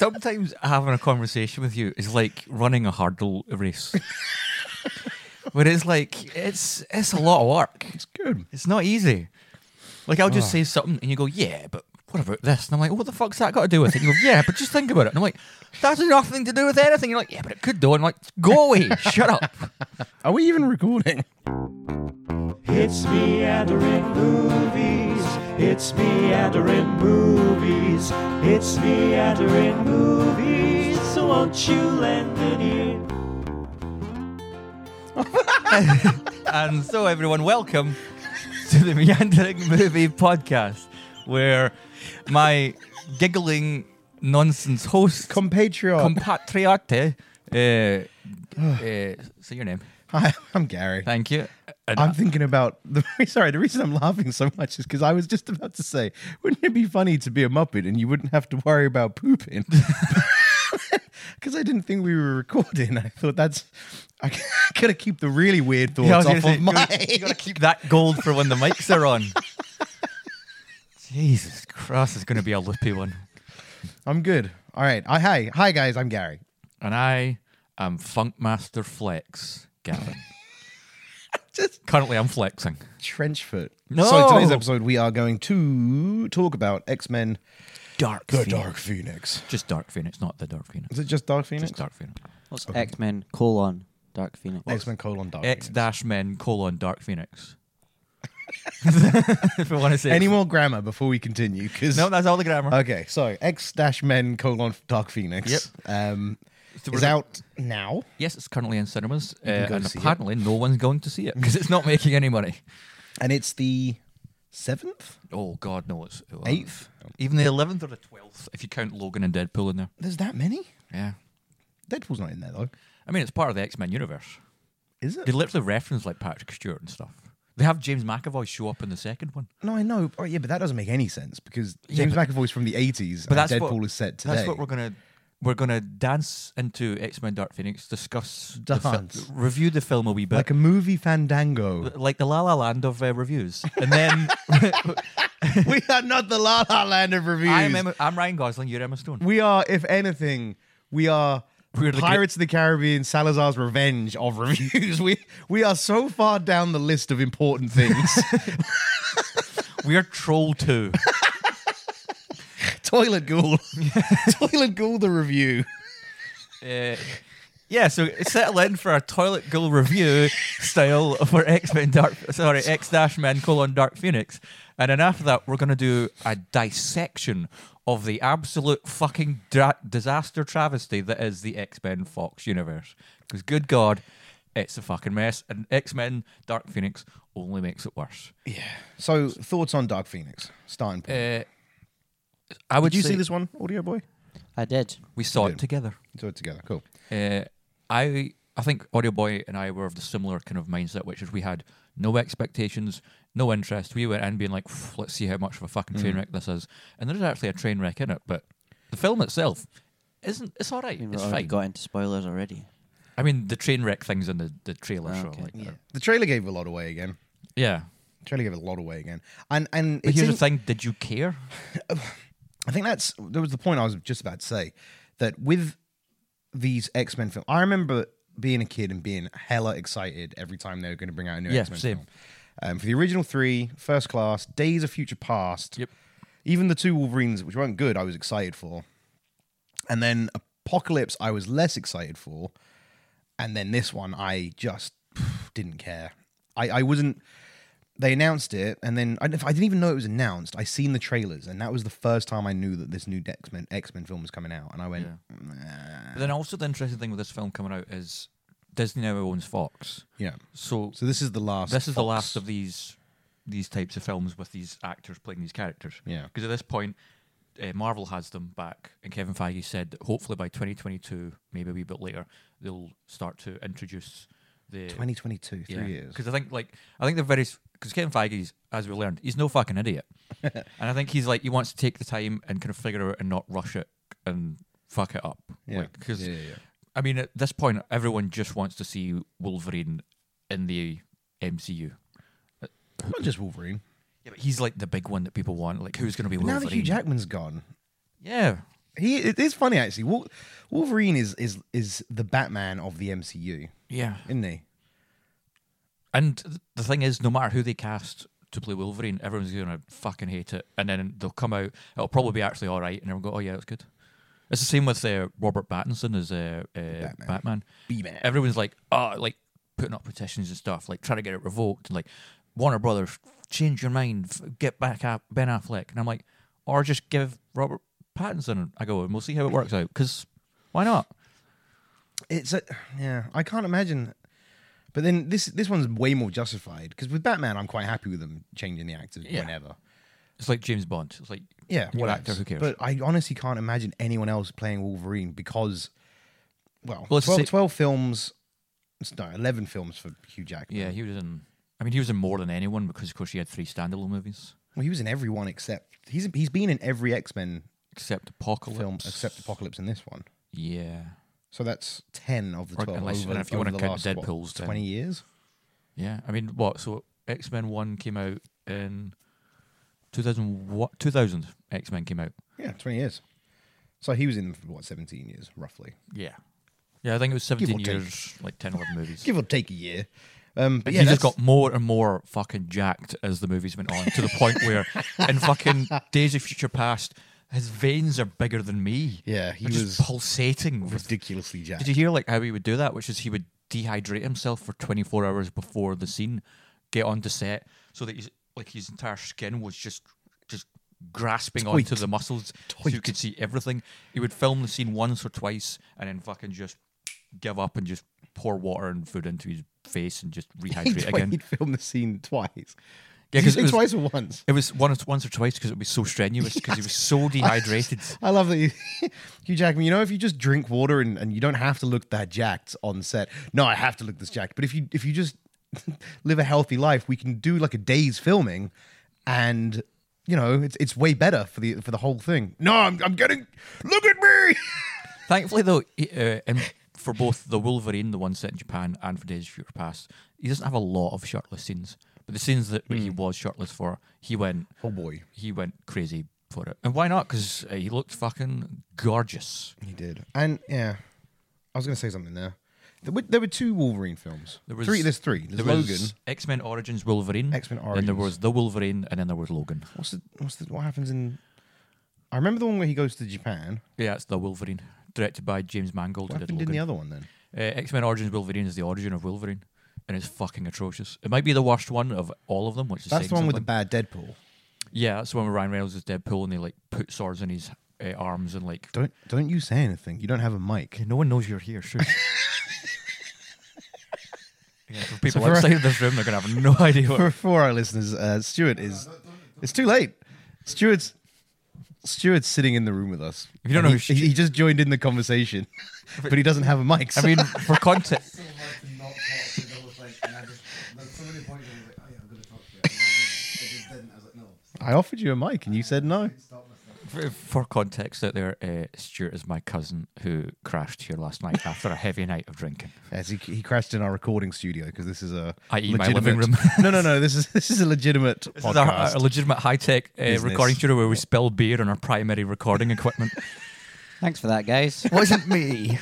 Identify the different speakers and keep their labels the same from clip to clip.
Speaker 1: sometimes having a conversation with you is like running a hurdle race. Where it's like it's it's a lot of work.
Speaker 2: It's good.
Speaker 1: It's not easy. Like I'll just say something and you go, Yeah, but what about this? And I'm like, What the fuck's that got to do with it? And you go, Yeah, but just think about it. And I'm like, That has nothing to do with anything. You're like, Yeah, but it could do. And I'm like, Go away, shut up.
Speaker 2: Are we even recording?
Speaker 3: It's Meandering Movies. It's Meandering Movies. It's Meandering Movies. So won't you lend an ear?
Speaker 1: And so, everyone, welcome to the Meandering Movie Podcast, where my giggling nonsense host,
Speaker 2: Compatriot.
Speaker 1: compatriate, uh, uh, say your name.
Speaker 2: Hi, I'm Gary.
Speaker 1: Thank you. And
Speaker 2: I'm thinking about the sorry, the reason I'm laughing so much is because I was just about to say, wouldn't it be funny to be a Muppet and you wouldn't have to worry about pooping? Because I didn't think we were recording. I thought that's I gotta keep the really weird thoughts
Speaker 1: Yeah, I was
Speaker 2: off
Speaker 1: gonna
Speaker 2: of
Speaker 1: say, you gotta-
Speaker 2: my
Speaker 1: you gotta keep that gold for when the mics are on. Jesus Christ, it's going to be a loopy one.
Speaker 2: I'm good. All right. I, hi, hi guys. I'm Gary.
Speaker 1: And I am Funkmaster Flex, Gavin.
Speaker 2: Just
Speaker 1: Currently, I'm flexing.
Speaker 2: Trenchfoot.
Speaker 1: No!
Speaker 2: So today's episode, we are going to talk about X Men:
Speaker 1: Dark Phoenix.
Speaker 2: Phoenix.
Speaker 1: Just Dark Phoenix, not the Dark Phoenix.
Speaker 2: Is it just Dark Phoenix?
Speaker 1: Just Dark Phoenix.
Speaker 4: What's X Men colon Dark Phoenix?
Speaker 2: X Men: colon Dark.
Speaker 1: X
Speaker 2: Phoenix.
Speaker 1: dash men colon Dark Phoenix. if we want to say
Speaker 2: Any more grammar before we continue? Because
Speaker 1: No, that's all the grammar.
Speaker 2: Okay, so X Dash Men colon Dark Phoenix. Yep. Um,
Speaker 1: So
Speaker 2: is
Speaker 1: we're-
Speaker 2: out now.
Speaker 1: Yes, it's currently in cinemas, uh,
Speaker 2: go
Speaker 1: and
Speaker 2: see it.
Speaker 1: apparently no one's going to see it because it's not making any money.
Speaker 2: And it's the seventh?
Speaker 1: Oh God, no, it's it wasn't.
Speaker 2: Eighth?
Speaker 1: even the eleventh or the twelfth if you count Logan and Deadpool in there.
Speaker 2: There's that many?
Speaker 1: Yeah,
Speaker 2: Deadpool's not in there though.
Speaker 1: I mean it's part of the X Men universe.
Speaker 2: Is
Speaker 1: They
Speaker 2: it?
Speaker 1: literally reference like Patrick Stewart and stuff. They have James McAvoy show up in the second one.
Speaker 2: No, I know. Oh, yeah, but that doesn't make any sense because
Speaker 1: Yeah,
Speaker 2: James
Speaker 1: but-
Speaker 2: McAvoy's from the 80s
Speaker 1: But
Speaker 2: and
Speaker 1: that's
Speaker 2: Deadpool
Speaker 1: what,
Speaker 2: is set today.
Speaker 1: That's what we're gonna we're gonna dance into X Men Dark Phoenix, discuss, the fi-
Speaker 2: Dance.
Speaker 1: review the film a wee bit,
Speaker 2: like a movie fandango.
Speaker 1: like the La La Land of uh, reviews, and then
Speaker 2: we are not the La La Land of reviews.
Speaker 1: I'm Emma, I'm Ryan Gosling, you're Emma Stone.
Speaker 2: we are, if anything, we are
Speaker 1: We're the great-
Speaker 2: Pirates of the Caribbean, Salazar's Revenge of reviews. we we are so far down the list of important things.
Speaker 1: We're Troll Two.
Speaker 2: Toilet Ghoul. Toilet Ghoul, the review.
Speaker 1: Uh, yeah, so settle in for our toilet ghoul review style for X Men Dark. Sorry, X Dash Men colon Dark Phoenix, and then after that we're gonna do a dissection of the absolute fucking dra- disaster travesty that is the X Men Fox universe. Because good God, it's a fucking mess, and X Men Dark Phoenix only makes it worse.
Speaker 2: So, thoughts on Dark Phoenix? Starting point.
Speaker 1: Uh, I would
Speaker 2: Did you
Speaker 1: say
Speaker 2: see this one, Audio Boy?
Speaker 4: I did.
Speaker 1: we saw it together.
Speaker 2: Do it together. Cool.
Speaker 1: Uh, I I think Audio Boy and I were of the similar kind of mindset, which is we had no expectations, no interest. We went in being like, "Pff, let's see how much of a fucking
Speaker 4: Mm.
Speaker 1: train wreck this is, and there is actually a train wreck in it. But the film itself isn't. It's all right.
Speaker 4: I mean, we
Speaker 1: it's
Speaker 4: already
Speaker 1: fine.
Speaker 4: got into spoilers already.
Speaker 1: I mean, the train wreck things in the the trailer show,
Speaker 4: Ah, Okay.
Speaker 1: like yeah.
Speaker 2: The trailer gave a lot away again.
Speaker 1: yeah.
Speaker 2: The trailer gave a lot away again. And and
Speaker 1: But
Speaker 2: it's
Speaker 1: here's
Speaker 2: in-
Speaker 1: the thing: Did you care?
Speaker 2: I think that's there was the point I was just about to say that with these X Men films, I remember being a kid and being hella excited every time they were going to bring out a new
Speaker 1: Yeah,
Speaker 2: X Men
Speaker 1: same.
Speaker 2: film. Um, for the original three, First Class, Days of Future Past,
Speaker 1: Yep.
Speaker 2: even the two Wolverines, which weren't good, I was excited for. And then Apocalypse, I was less excited for. And then this one, I just pff, didn't care. I, I wasn't. They announced it, and then I, didn't- I didn't even know it was announced. I seen the trailers, and that was the first time I knew that this new X Men X Men film was coming out. And I went,
Speaker 1: But then also the interesting thing with this film coming out is Disney now owns Fox,
Speaker 2: yeah.
Speaker 1: so
Speaker 2: So this is the last.
Speaker 1: this is the
Speaker 2: Fox-
Speaker 1: last of these these types of films with these actors playing these characters.
Speaker 2: Yeah.
Speaker 1: Because at this point, uh, Marvel has them back, and Kevin Feige said that hopefully by 2022, maybe a wee bit later, they'll start to introduce the
Speaker 2: 2022, three years.
Speaker 1: Because I think like I think they're very because Kevin Feige's as we learned, he's no fucking idiot, and I think he's like he wants to take the time and kind of figure out and not rush it and fuck it up.
Speaker 2: Yeah.
Speaker 1: Like, 'cause
Speaker 2: Yeah, yeah, yeah.
Speaker 1: I mean, at this point, everyone just wants to see Wolverine in the MCU.
Speaker 2: Not just Wolverine.
Speaker 1: Yeah, but he's like the big one that people want. Like, who's going to be
Speaker 2: Now
Speaker 1: Wolverine?
Speaker 2: that Hugh Jackman's gone,
Speaker 1: yeah,
Speaker 2: He it is funny actually. Wol- Wolverine is is is the Batman of the MCU,
Speaker 1: Yeah.
Speaker 2: isn't he?
Speaker 1: And th- the thing is, no matter who they cast to play Wolverine, everyone's gonna fucking hate it, and then they'll come out. It'll probably be actually all right, and everyone go, "Oh yeah, it's good." It's the same with uh, Robert Pattinson as uh, uh, Batman.
Speaker 2: B-Man.
Speaker 1: Everyone's like, "Oh, like putting up petitions and stuff, like trying to get it revoked." And like Warner Brothers, change your mind, f- get back up Ben Affleck, and I'm like, or just give Robert Pattinson. I go, and we'll see how it works out, because why not?
Speaker 2: It's a yeah. I can't imagine. But then this this one's way more justified because with Batman, I'm quite happy with them changing the actors
Speaker 1: Yeah.
Speaker 2: whenever.
Speaker 1: It's like James Bond. It's like
Speaker 2: Yeah,
Speaker 1: new
Speaker 2: whatevs.
Speaker 1: actor, who cares?
Speaker 2: But I honestly can't imagine anyone else playing Wolverine because, well,
Speaker 1: Well, it's the
Speaker 2: 12,
Speaker 1: same-
Speaker 2: 12 films, no, eleven films for Hugh Jackman.
Speaker 1: Yeah, he was in. I mean, he was in more than anyone because, of course, he had three standalone movies,
Speaker 2: well, he was in every one except he's he's been in every X Men
Speaker 1: except Apocalypse.
Speaker 2: film except Apocalypse in this one.
Speaker 1: Yeah,
Speaker 2: So that's ten of the
Speaker 1: Or
Speaker 2: twelve.
Speaker 1: unless-
Speaker 2: over,
Speaker 1: if you
Speaker 2: over
Speaker 1: wanna
Speaker 2: the
Speaker 1: count
Speaker 2: last,
Speaker 1: Deadpool's,
Speaker 2: what,
Speaker 1: then.
Speaker 2: twenty years.
Speaker 1: yeah. I mean, what? So X Men One came out in two thousand. What two thousand? X Men came out.
Speaker 2: Yeah, twenty years. So he was in for what seventeen years, roughly,
Speaker 1: Yeah, yeah. I think it was
Speaker 2: or
Speaker 1: seventeen
Speaker 2: take.
Speaker 1: years, like 10, 11 movies.
Speaker 2: give or take a year. Um, but
Speaker 1: And
Speaker 2: yeah,
Speaker 1: he just
Speaker 2: that's-
Speaker 1: got more and more fucking jacked as the movies went on, to the point where, in fucking Days of Future Past, his veins are bigger than me.
Speaker 2: yeah, he
Speaker 1: They're
Speaker 2: was
Speaker 1: just pulsating with
Speaker 2: ridiculously jacked.
Speaker 1: Did you hear like how he would do that? Which is he would dehydrate himself for 24 hours before the scene, get onto set, so that he's like his entire skin was just just grasping onto the muscles, so you could see everything. He would film the scene once or twice, and then fucking just give up and just pour water and food into his face and just rehydrate again.
Speaker 2: He'd film the scene twice.
Speaker 1: Yeah,
Speaker 2: Did you
Speaker 1: 'cause it
Speaker 2: say
Speaker 1: was-
Speaker 2: twice or once.
Speaker 1: It was once once or twice because it was so strenuous because he was so dehydrated.
Speaker 2: I love that you, Hugh Jackman. You know, if you just drink water and, and you don't have to look that jacked on set. No, I have to look this jacked. But if you if you just live a healthy life, we can do like a day's filming, and you know it's it's way better for the for the whole thing. No, I'm I'm getting look at me.
Speaker 1: Thankfully, though, he, uh, and for both the Wolverine, the one set in Japan, and for Days of Future Past, he doesn't have a lot of shirtless scenes. But the scenes that
Speaker 2: Hmm.
Speaker 1: he was shirtless for, he went,
Speaker 2: Oh boy,
Speaker 1: he went crazy for it. And why not? Because uh, he looked fucking gorgeous.
Speaker 2: he did. And yeah, I was gonna say something there. There were, there were two Wolverine films.
Speaker 1: There was-
Speaker 2: three. There's three. There's
Speaker 1: there
Speaker 2: Logan.
Speaker 1: was X Men Origins Wolverine.
Speaker 2: X-Men
Speaker 1: Then there
Speaker 2: Origins.
Speaker 1: was the Wolverine, and then there was Logan.
Speaker 2: What's the what's the what happens in? I remember the one where he goes to Japan.
Speaker 1: Yeah, it's the Wolverine, directed by James Mangold.
Speaker 2: What
Speaker 1: who did
Speaker 2: happened in
Speaker 1: Logan.
Speaker 2: the other one then?
Speaker 1: Uh, X Men Origins Wolverine is the origin of Wolverine, and it's fucking atrocious. It might be the worst one of all of them, which is
Speaker 2: That's
Speaker 1: saying
Speaker 2: the one with the
Speaker 1: something.
Speaker 2: bad Deadpool.
Speaker 1: Yeah, that's the one where Ryan Reynolds is Deadpool and they like put swords in his uh, arms and like.
Speaker 2: Don't don't you say anything. You don't have a mic.
Speaker 1: no one knows you're here, sure. yeah, for people
Speaker 2: for-
Speaker 1: outside of this room, they're gonna have no idea. What,
Speaker 2: For, for our listeners, uh, Stuart is. It's too late. Stuart's Stuart's sitting in the room with us.
Speaker 1: If you don't
Speaker 2: And
Speaker 1: know
Speaker 2: he,
Speaker 1: who Stu-
Speaker 2: he just joined in the conversation, but he doesn't have a mic.
Speaker 1: I
Speaker 2: so-
Speaker 1: mean, for content,
Speaker 5: so hard to not talk because I was like, and I just, like, so many points I was like, oh yeah, I'm going to talk to you. And I, didn't. I just didn't. I was like, no,
Speaker 2: I offered you a mic and you said no.
Speaker 5: stop myself.
Speaker 1: for, for context out there, uh, Stuart is my cousin who crashed here last night after a heavy night of drinking.
Speaker 2: As he, he crashed in our recording studio because this is a
Speaker 1: I.e. my living room.
Speaker 2: no, no, no. This is this is a legitimate
Speaker 1: This is
Speaker 2: podcast.
Speaker 1: our, our legitimate high tech uh,
Speaker 2: Business.
Speaker 1: recording studio where we spill beer on our primary recording equipment.
Speaker 4: Thanks for that, guys.
Speaker 1: Wasn't me.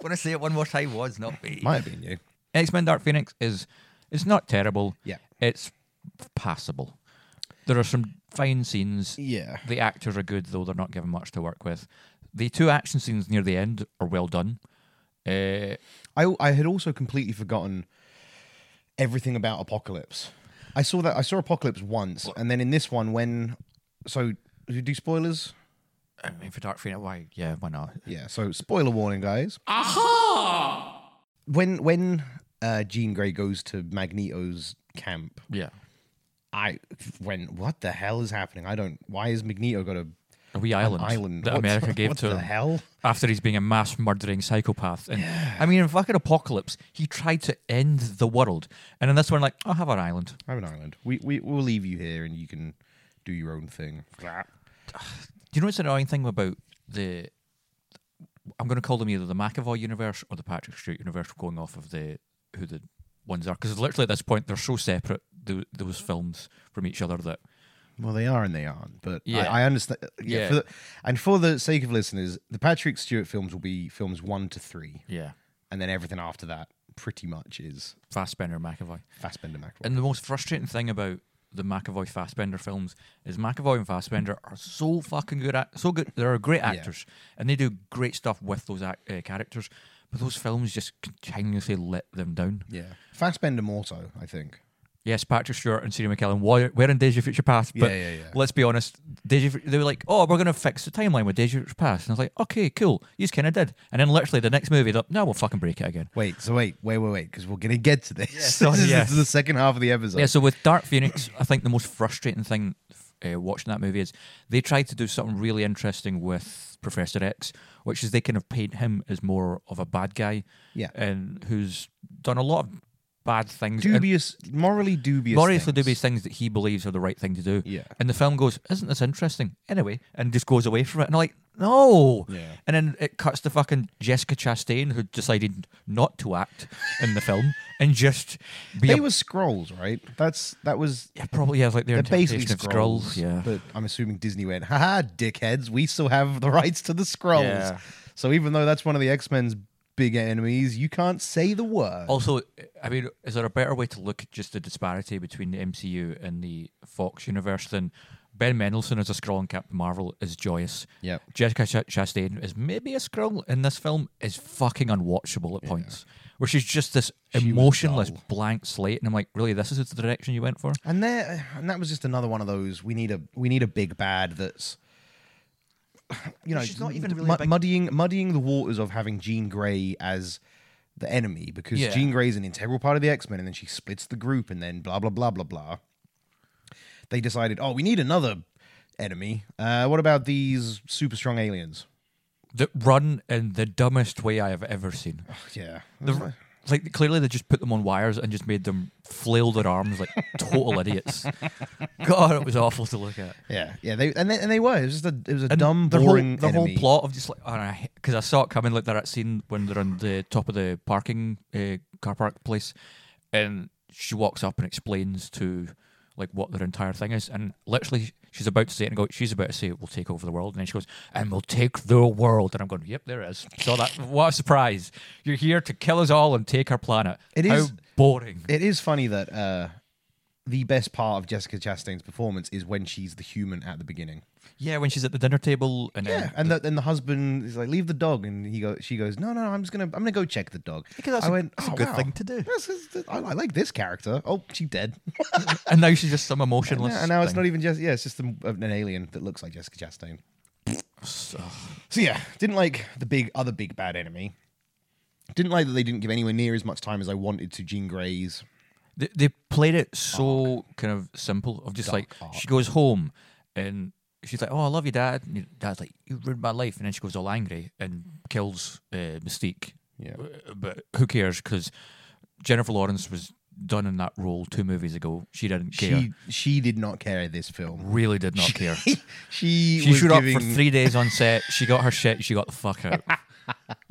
Speaker 1: Want to say it one more time? Was not me.
Speaker 2: Might have been you.
Speaker 1: X Men Dark Phoenix is it's not terrible.
Speaker 2: Yeah.
Speaker 1: It's passable. There are some fine scenes.
Speaker 2: Yeah.
Speaker 1: The actors are good, though they're not given much to work with. The two action scenes near the end are well done. Uh,
Speaker 2: I I had also completely forgotten everything about Apocalypse. I saw that I saw Apocalypse once, and then in this one, when so do you do spoilers?
Speaker 1: I mean, for Dark Phoenix, why? Yeah, why not?
Speaker 2: Yeah. So spoiler warning, guys. Aha! When when uh, Jean Grey goes to Magneto's camp,
Speaker 1: Yeah.
Speaker 2: I went, what the hell is happening? I don't. Why has Magneto got a
Speaker 1: A wee island,
Speaker 2: island?
Speaker 1: that
Speaker 2: What-
Speaker 1: America gave
Speaker 2: what
Speaker 1: to
Speaker 2: the
Speaker 1: him
Speaker 2: hell?
Speaker 1: after he's being a mass murdering psychopath. And I mean, in fucking Apocalypse, he tried to end the world, and in this one, like, I'll have an island.
Speaker 2: I have an island. We we we'll leave you here, and you can do your own thing.
Speaker 1: Do you know what's an annoying thing about the? I'm going to call them either the McAvoy universe or the Patrick Stewart universe, going off of the who the ones are, because literally at this point they're so separate th- those films from each other that
Speaker 2: Well, they are and they aren't, but
Speaker 1: Yeah.
Speaker 2: I, I understand. Yeah,
Speaker 1: Yeah.
Speaker 2: For the, and for the sake of listeners, the Patrick Stewart films will be films one to three,
Speaker 1: Yeah.
Speaker 2: and then everything after that pretty much is
Speaker 1: Fassbender, McAvoy.
Speaker 2: Fassbender McAvoy.
Speaker 1: And the most frustrating thing about the McAvoy Fassbender films is McAvoy and Fassbender are so fucking good at so good. They're great actors, and they do great stuff with those ac uh, characters. But those films just continuously let them down.
Speaker 2: yeah, Fassbender more so, I think.
Speaker 1: Yes, Patrick Stewart and Sarah McKellen were, were in Days of Future Past, but
Speaker 2: Yeah, yeah, yeah.
Speaker 1: let's be honest, Days of, they were like, "Oh, we're going to fix the timeline with Days of Future Past," and I was like, "Okay, cool." You kind of did, and then literally the next movie, they're like, "No, we'll fucking break it again."
Speaker 2: Wait, so wait, wait, wait, wait, because we're gonna get to this.
Speaker 1: sorry,
Speaker 2: this, is,
Speaker 1: yeah.
Speaker 2: this is the second half of the episode.
Speaker 1: Yeah, so with Dark Phoenix, I think the most frustrating thing uh, watching that movie is they tried to do something really interesting with Professor X, which is they kind of paint him as more of a bad guy,
Speaker 2: Yeah.
Speaker 1: and who's done a lot of bad things, and
Speaker 2: dubious, morally dubious,
Speaker 1: gloriously
Speaker 2: things.
Speaker 1: uh, dubious things that he believes are the right thing to do.
Speaker 2: Yeah.
Speaker 1: and the film goes, "Isn't this interesting?" Anyway, and just goes away from it, and I'm like. No,
Speaker 2: Yeah.
Speaker 1: and then it cuts to fucking Jessica Chastain, who decided not to act in the film and just be
Speaker 2: They
Speaker 1: a-
Speaker 2: were scrolls, right? That's that was
Speaker 1: yeah, probably yeah, like their
Speaker 2: They're basically
Speaker 1: interpretation of
Speaker 2: scrolls,
Speaker 1: scrolls. Yeah,
Speaker 2: But I'm assuming Disney went, haha, dickheads, we still have the rights to the scrolls.
Speaker 1: Yeah.
Speaker 2: So even though that's one of the X Men's big enemies, you can't say the word.
Speaker 1: Also, I mean, is there a better way to look at just the disparity between the MCU and the Fox universe than Ben Mendelsohn as a Skrull in Captain Marvel is joyous?
Speaker 2: Yep.
Speaker 1: Jessica Ch- Chastain is maybe a Skrull in this film is fucking unwatchable at points, where she's just this emotionless blank slate, and I'm like, really, this is the direction you went for?
Speaker 2: And there, and that was just another one of those. We need a we need a big bad that's, you know,
Speaker 1: She's not even
Speaker 2: mud-
Speaker 1: really a big-
Speaker 2: muddying muddying the waters of having Jean Grey as the enemy because
Speaker 1: Yeah.
Speaker 2: Jean Grey's an integral part of the X Men, and then she splits the group, and then blah blah blah blah blah. They decided, oh, we need another enemy. Uh, what about these super strong aliens?
Speaker 1: That run in the dumbest way I have ever seen.
Speaker 2: Yeah,
Speaker 1: The, like clearly they just put them on wires and just made them flail their arms like total idiots. God, it was awful to look at.
Speaker 2: yeah, yeah. They and they, and they were. It was just a it was a
Speaker 1: And
Speaker 2: dumb,
Speaker 1: the
Speaker 2: boring.
Speaker 1: whole, the
Speaker 2: enemy.
Speaker 1: whole plot of just like because I saw it coming like that scene when they're on the top of the parking uh, car park place, and she walks up and explains to like what their entire thing is, and literally she's about to say it and go, she's about to say it, we'll take over the world, and then she goes, and we'll take the world, and I'm going, yep, there it is. So that what a surprise! You're here to kill us all and take our planet.
Speaker 2: It
Speaker 1: How
Speaker 2: is-
Speaker 1: boring.
Speaker 2: It is funny that uh, the best part of Jessica Chastain's performance is when she's the human at the beginning.
Speaker 1: yeah, when she's at the dinner table and
Speaker 2: Yeah,
Speaker 1: then
Speaker 2: and the, and the husband is like, "Leave the dog," and he go, she goes, "No, no, I'm just gonna, I'm gonna go check the dog."
Speaker 1: Because that's
Speaker 2: I
Speaker 1: a-
Speaker 2: went,
Speaker 1: that's a
Speaker 2: "Oh,
Speaker 1: good
Speaker 2: wow.
Speaker 1: thing to do."
Speaker 2: That's- that's- I, I like this character. Oh, she's dead.
Speaker 1: and now she's just some
Speaker 2: and
Speaker 1: emotionless.
Speaker 2: now, and now it's
Speaker 1: thing.
Speaker 2: not even just yeah, it's just an, an alien that looks like Jessica Chastain. e- So yeah, didn't like the big other big bad enemy. Didn't like that they didn't give anywhere near as much time as I wanted to Jean Grey's.
Speaker 1: They, they played it so kind of simple of just like she goes home and she's like, "Oh, I love you, dad." And your dad's like, "You ruined my life," and then she goes all angry and kills uh, Mystique.
Speaker 2: Yeah.
Speaker 1: Uh, but who cares? Because Jennifer Lawrence was done in that role two movies ago. She didn't care.
Speaker 2: She she did not care this film.
Speaker 1: really did not care.
Speaker 2: she
Speaker 1: She
Speaker 2: was
Speaker 1: showed
Speaker 2: giving-
Speaker 1: up for three days on set. She got her shit. She got the fuck out.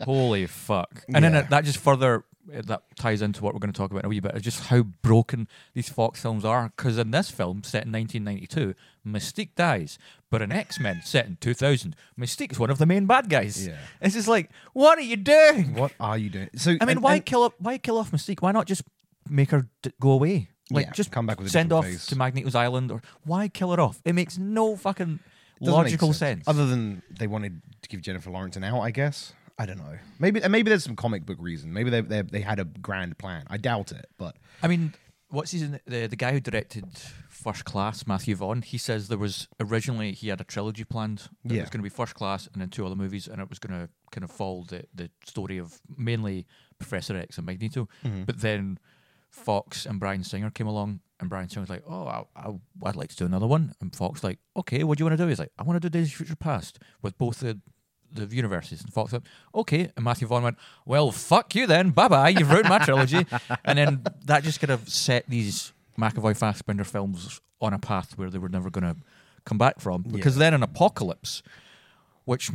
Speaker 1: Holy fuck! And then
Speaker 2: Yeah.
Speaker 1: it- that just further it- that ties into what we're going to talk about in a wee bit. is Just how broken these Fox films are. Because in this film set in 1992, Mystique dies, but in X Men set in 2000, Mystique's one of the main bad guys.
Speaker 2: Yeah.
Speaker 1: It's just like, what are you doing?
Speaker 2: What are you doing? So
Speaker 1: I mean,
Speaker 2: and-
Speaker 1: why
Speaker 2: and-
Speaker 1: kill up? Why kill off Mystique? Why not just make her d- go away? Like,
Speaker 2: Yeah,
Speaker 1: just
Speaker 2: come back with a
Speaker 1: send
Speaker 2: different
Speaker 1: off
Speaker 2: face.
Speaker 1: to Magneto's Island, or why kill her off? It makes no fucking
Speaker 2: doesn't make
Speaker 1: logical sense.
Speaker 2: Other than they wanted to give Jennifer Lawrence an out, I guess. I don't know. Maybe and maybe there's some comic book reason. Maybe they they, they had a grand plan. I doubt it, but
Speaker 1: I mean, what's his the the guy who directed First Class, Matthew Vaughn? He says there was originally he had a trilogy planned. That
Speaker 2: Yeah.
Speaker 1: It was going to be First Class and then two other movies, and it was going to kind of follow the the story of mainly Professor X and Magneto. But then Fox and Brian Singer came along, and Brian Singer was like, "Oh, I, I, I'd like to do another one." And Fox like, "Okay, what do you want to do?" He's like, "I want to do Days of Future Past with both the." The universes and Fox went, okay. And Matthew Vaughn went, well, fuck you then. Bye bye. You've ruined my trilogy. and then that just kind of set these McAvoy Fassbender films on a path where they were never going to come back from. Because then an apocalypse, which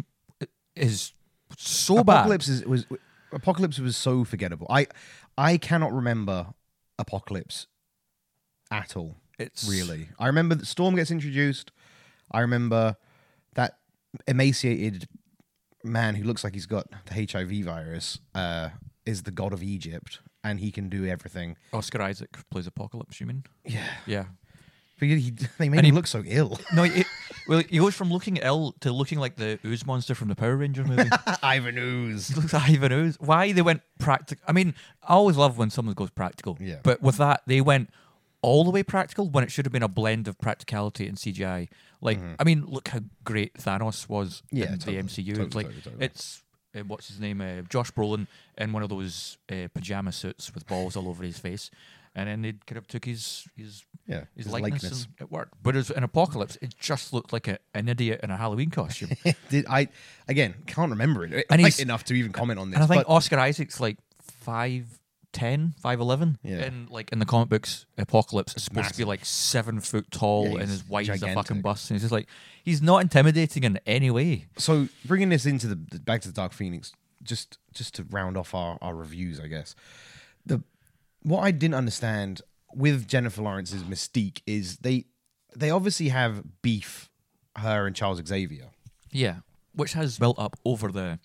Speaker 1: is so bad.
Speaker 2: Apocalypse is, was Apocalypse was so forgettable. I I cannot remember Apocalypse at all.
Speaker 1: It's
Speaker 2: really. I remember that Storm gets introduced. I remember that emaciated man who looks like he's got the HIV virus uh, is the god of Egypt, and he can do everything.
Speaker 1: Oscar Isaac plays Apocalypse. You mean?
Speaker 2: Yeah,
Speaker 1: Yeah.
Speaker 2: but he, they made
Speaker 1: And he-
Speaker 2: him look so ill.
Speaker 1: No, it, well, he goes from looking ill to looking like the ooze monster from the Power Rangers movie.
Speaker 2: Ivan Ooze.
Speaker 1: looks like Ivan Ooze. Why they went practical? I mean, I always love when someone goes practical.
Speaker 2: Yeah.
Speaker 1: But with that, they went all the way practical when it should have been a blend of practicality and CGI. Like, I mean, look how great Thanos was
Speaker 2: Mm-hmm. Yeah,
Speaker 1: in
Speaker 2: totally.
Speaker 1: the MCU.
Speaker 2: Totally,
Speaker 1: like,
Speaker 2: totally, totally.
Speaker 1: it's uh, what's his name, uh, Josh Brolin, in one of those uh, pajama suits with balls all over his face, and then they kind of took his his
Speaker 2: Yeah,
Speaker 1: his,
Speaker 2: his
Speaker 1: likeness,
Speaker 2: likeness.
Speaker 1: And it worked. But as an apocalypse, it just looked like a, an idiot in a Halloween costume.
Speaker 2: Did I again? Can't remember it
Speaker 1: And
Speaker 2: like,
Speaker 1: he's-
Speaker 2: enough to even comment on this.
Speaker 1: And I think
Speaker 2: but
Speaker 1: Oscar Isaac's like 5'10, 5'11.
Speaker 2: Yeah.
Speaker 1: And like in the comic books, Apocalypse is supposed to be like seven foot tall
Speaker 2: Yeah,
Speaker 1: and
Speaker 2: he's
Speaker 1: his wife is a fucking
Speaker 2: gigantic.
Speaker 1: bust. And he's just like, he's not intimidating in any way.
Speaker 2: so bringing this into the, the- back to the Dark Phoenix, just just to round off our, our reviews, I guess. The what I didn't understand with Jennifer Lawrence's Mystique is they they obviously have beef, her and Charles Xavier.
Speaker 1: Yeah. Which has built up over the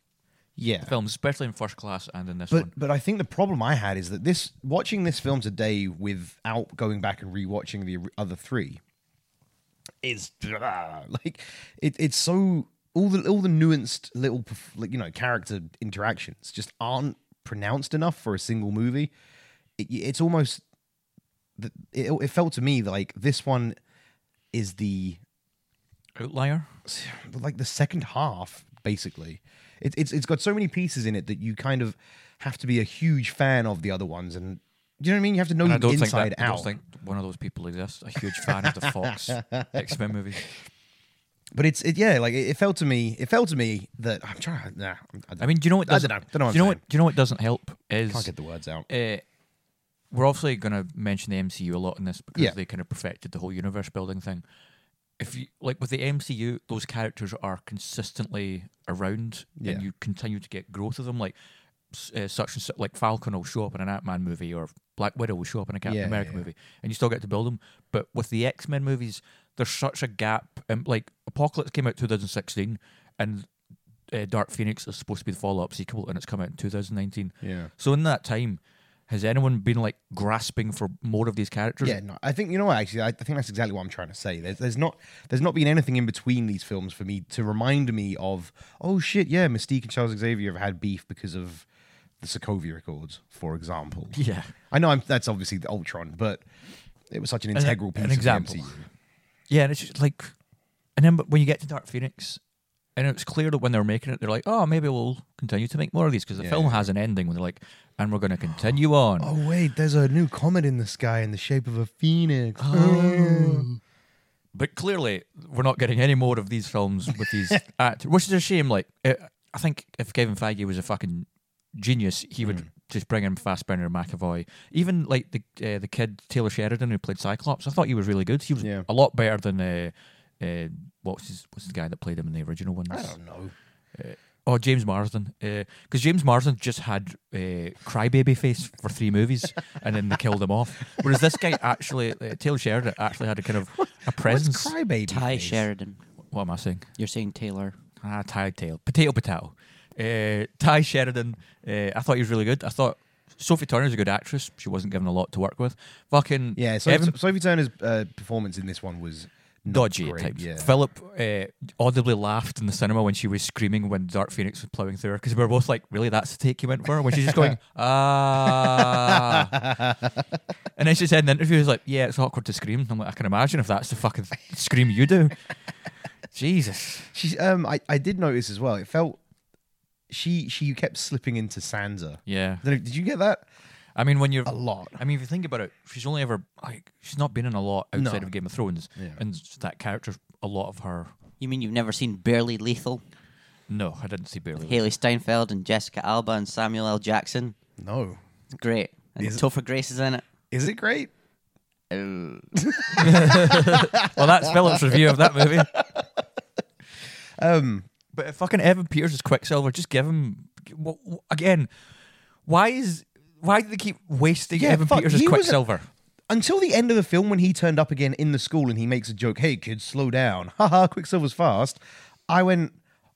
Speaker 2: Yeah,
Speaker 1: film, especially in first class and in this
Speaker 2: But
Speaker 1: one.
Speaker 2: but I think the problem I had is that this watching this film today without going back and rewatching the other three is like it, it's so all the all the nuanced little perf- like you know character interactions just aren't pronounced enough for a single movie. It, it's almost it, it felt to me like this one is the
Speaker 1: Outlier.
Speaker 2: like the second half basically it, it's it's got so many pieces in it that you kind of have to be a huge fan of the other ones and do you know what I mean? You have to know
Speaker 1: And I
Speaker 2: them
Speaker 1: don't, think
Speaker 2: inside
Speaker 1: that, I
Speaker 2: out.
Speaker 1: don't think one of those people exists. A huge fan of the Fox X Men movies.
Speaker 2: But it's it, yeah, like it, it felt to me. It felt to me that I'm trying. Nah, I'm- I,
Speaker 1: I mean, do you know what
Speaker 2: I
Speaker 1: doesn't,
Speaker 2: don't know. Don't know what
Speaker 1: do you know
Speaker 2: I'm
Speaker 1: what, do you know what doesn't help is
Speaker 2: can't get the words out.
Speaker 1: uh, we're obviously going to mention the MCU a lot in this because
Speaker 2: Yeah.
Speaker 1: they kind of perfected the whole universe building thing. If you like with the MCU, those characters are consistently around,
Speaker 2: Yeah.
Speaker 1: and you continue to get growth of them. Like s- uh, such and such, like Falcon will show up in an Ant Man movie, or Black Widow will show up in a Captain
Speaker 2: Yeah,
Speaker 1: America
Speaker 2: yeah.
Speaker 1: movie, and you still get to build them. But with the X Men movies, there's such a gap. And like Apocalypse came out 2016, and uh, Dark Phoenix is supposed to be the follow up sequel, and it's come out in 2019.
Speaker 2: Yeah.
Speaker 1: So in that time, has anyone been like grasping for more of these characters?
Speaker 2: Yeah, no, I think you know what. Actually, I, I think that's exactly what I'm trying to say. There's, there's not, there's not been anything in between these films for me to remind me of. Oh shit, yeah, Mystique and Charles Xavier have had beef because of the Sokovia Accords, for example.
Speaker 1: Yeah.
Speaker 2: I know I'm, that's obviously the Ultron, but it was such an
Speaker 1: An-
Speaker 2: integral piece
Speaker 1: an example.
Speaker 2: of the MCU.
Speaker 1: Yeah, and it's just like, and then but when you get to Dark Phoenix, and it's clear that when they're making it, they're like, oh, maybe we'll continue to make more of these because the film has an ending when they're like, and we're going to continue on.
Speaker 2: Oh wait, there's a new comet in the sky in the shape of a phoenix.
Speaker 1: Oh.
Speaker 2: Oh,
Speaker 1: But clearly, we're not getting any more of these films with these actors, which is a shame. Like, uh, I think if Kevin Feige was a fucking genius, he
Speaker 2: Hmm.
Speaker 1: would just bring in Fassbender and McAvoy. Even like the uh, the kid Taylor Sheridan who played Cyclops, I thought he was really good. He was
Speaker 2: Yeah.
Speaker 1: a lot better than uh, uh, what was his what's the guy that played him in the original ones?
Speaker 2: I don't know.
Speaker 1: Oh, James Marsden. Because James Marsden just had uh, crybaby face for three movies, and then they killed him off. Whereas this guy actually, uh, Taylor Sheridan, actually had a kind of a presence.
Speaker 2: What's crybaby?
Speaker 4: Ty
Speaker 2: face?
Speaker 4: Sheridan.
Speaker 1: what am I saying?
Speaker 4: You're saying Taylor.
Speaker 1: Ah, Ty Tail. Potato Potato. Uh, Ty Sheridan, uh, I thought he was really good. I thought Sophie Turner's a good actress. She wasn't given a lot to work with. Fucking
Speaker 2: Yeah, so
Speaker 1: Evan
Speaker 2: Sophie Turner's uh, performance in this one was not
Speaker 1: dodgy at
Speaker 2: great,
Speaker 1: times.
Speaker 2: Yeah.
Speaker 1: Philip uh, audibly laughed in the cinema when she was screaming when Dark Phoenix was plowing through her because we were both like, "Really, that's the take you went for?" When she's just going, "Ah," and then she said in the interview, "Is like, yeah, it's awkward to scream." I'm like, I can imagine if that's the fucking scream you do. Jesus.
Speaker 2: She, um, I, I did notice as well. It felt she she kept slipping into Sansa.
Speaker 1: Yeah.
Speaker 2: I don't know, Did you get that?
Speaker 1: I mean, when you're
Speaker 2: A lot.
Speaker 1: I mean, if you think about it, she's only ever like she's not been in a lot outside
Speaker 2: No.
Speaker 1: of Game of Thrones,
Speaker 2: Yeah.
Speaker 1: and that character's a lot of her.
Speaker 4: You mean you've never seen Barely Lethal?
Speaker 1: No, I didn't see barely.
Speaker 4: Haley Steinfeld and Jessica Alba and Samuel L. Jackson.
Speaker 2: No.
Speaker 4: It's great. And
Speaker 2: Is-
Speaker 4: Topher Grace is in it.
Speaker 2: Is it great?
Speaker 4: Oh.
Speaker 1: Well, that's Philip's review of that movie. Um,
Speaker 2: Um,
Speaker 1: but if fucking Evan Peters is Quicksilver, just give him w- w- again. Why is why do they keep wasting
Speaker 2: Yeah,
Speaker 1: Evan
Speaker 2: fuck,
Speaker 1: Peters as
Speaker 2: he was a-
Speaker 1: Quicksilver?
Speaker 2: until the end of the film when he turned up again in the school and he makes a joke, hey kids, slow down. Haha, Quicksilver's fast. I went,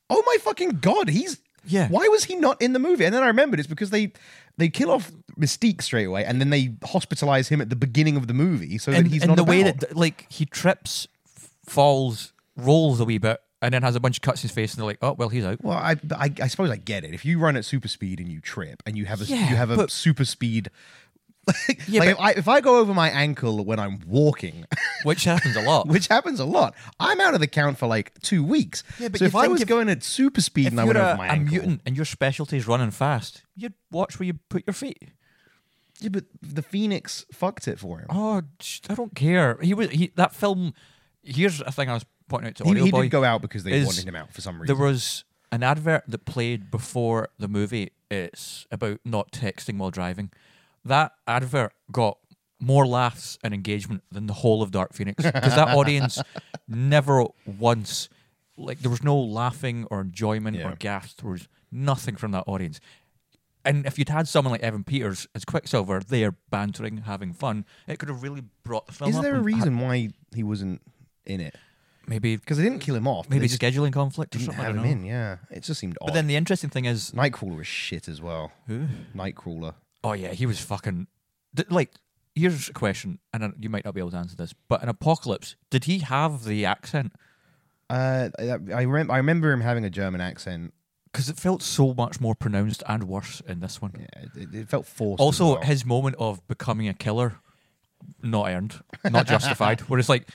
Speaker 2: Oh my fucking god, he's
Speaker 1: Yeah.
Speaker 2: Why was he not in the movie? And then I remembered it's because they they kill off Mystique straight away and then they hospitalize him at the beginning of the movie so
Speaker 1: and,
Speaker 2: that he's
Speaker 1: and
Speaker 2: not
Speaker 1: the way
Speaker 2: about.
Speaker 1: that like he trips, f- falls, rolls a wee bit, and then has a bunch of cuts in his face, and they're like, "Oh well, he's out."
Speaker 2: Well, I, but I I suppose I get it. If you run at super speed and you trip and you have a
Speaker 1: Yeah,
Speaker 2: you have a
Speaker 1: but-
Speaker 2: super speed like,
Speaker 1: Yeah,
Speaker 2: like
Speaker 1: but-
Speaker 2: if, I, if I go over my ankle when I'm walking,
Speaker 1: Which happens a lot.
Speaker 2: which happens a lot, I'm out of the count for like two weeks.
Speaker 1: Yeah, but
Speaker 2: so
Speaker 1: you
Speaker 2: if I
Speaker 1: think
Speaker 2: was
Speaker 1: if-
Speaker 2: going at super speed
Speaker 1: if
Speaker 2: and I
Speaker 1: you're
Speaker 2: went
Speaker 1: a,
Speaker 2: over my
Speaker 1: a
Speaker 2: ankle,
Speaker 1: mutant and your specialty is running fast, you'd watch where you put your feet.
Speaker 2: yeah, but the Phoenix fucked it for him.
Speaker 1: Oh, sh- I don't care. He was he, that film. Here's a thing I was pointing out to
Speaker 2: he
Speaker 1: Audio
Speaker 2: he
Speaker 1: Boy.
Speaker 2: did go out because they
Speaker 1: is-
Speaker 2: wanted him out for some
Speaker 1: There
Speaker 2: reason.
Speaker 1: was an advert that played before the movie. It's about not texting while driving. That advert got more laughs and engagement than the whole of Dark Phoenix because that audience never once like there was no laughing or enjoyment or
Speaker 2: Yeah.
Speaker 1: gasps. There was nothing from that audience. And if you'd had someone like Evan Peters as Quicksilver there bantering, having fun, it could have really brought the film.
Speaker 2: Is
Speaker 1: up
Speaker 2: there a
Speaker 1: and ha-
Speaker 2: reason why he wasn't in it?
Speaker 1: Maybe
Speaker 2: Because they didn't kill him off. but
Speaker 1: maybe
Speaker 2: they just
Speaker 1: scheduling conflict or
Speaker 2: didn't
Speaker 1: something. I
Speaker 2: have
Speaker 1: don't
Speaker 2: him
Speaker 1: know.
Speaker 2: in. Yeah, it just seemed odd.
Speaker 1: But then the interesting thing is
Speaker 2: Nightcrawler is shit as well. Who? Nightcrawler.
Speaker 1: Oh yeah, he was fucking th- like. Here's a question, and I- you might not be able to answer this, but in Apocalypse, did he have the accent?
Speaker 2: Uh, I, I, rem- I remember him having a German accent.
Speaker 1: Because it felt so much more pronounced and worse in this one.
Speaker 2: Yeah, it- it, it felt forced. as
Speaker 1: Also,
Speaker 2: well.
Speaker 1: his moment of becoming a killer, not earned, not justified. where it's like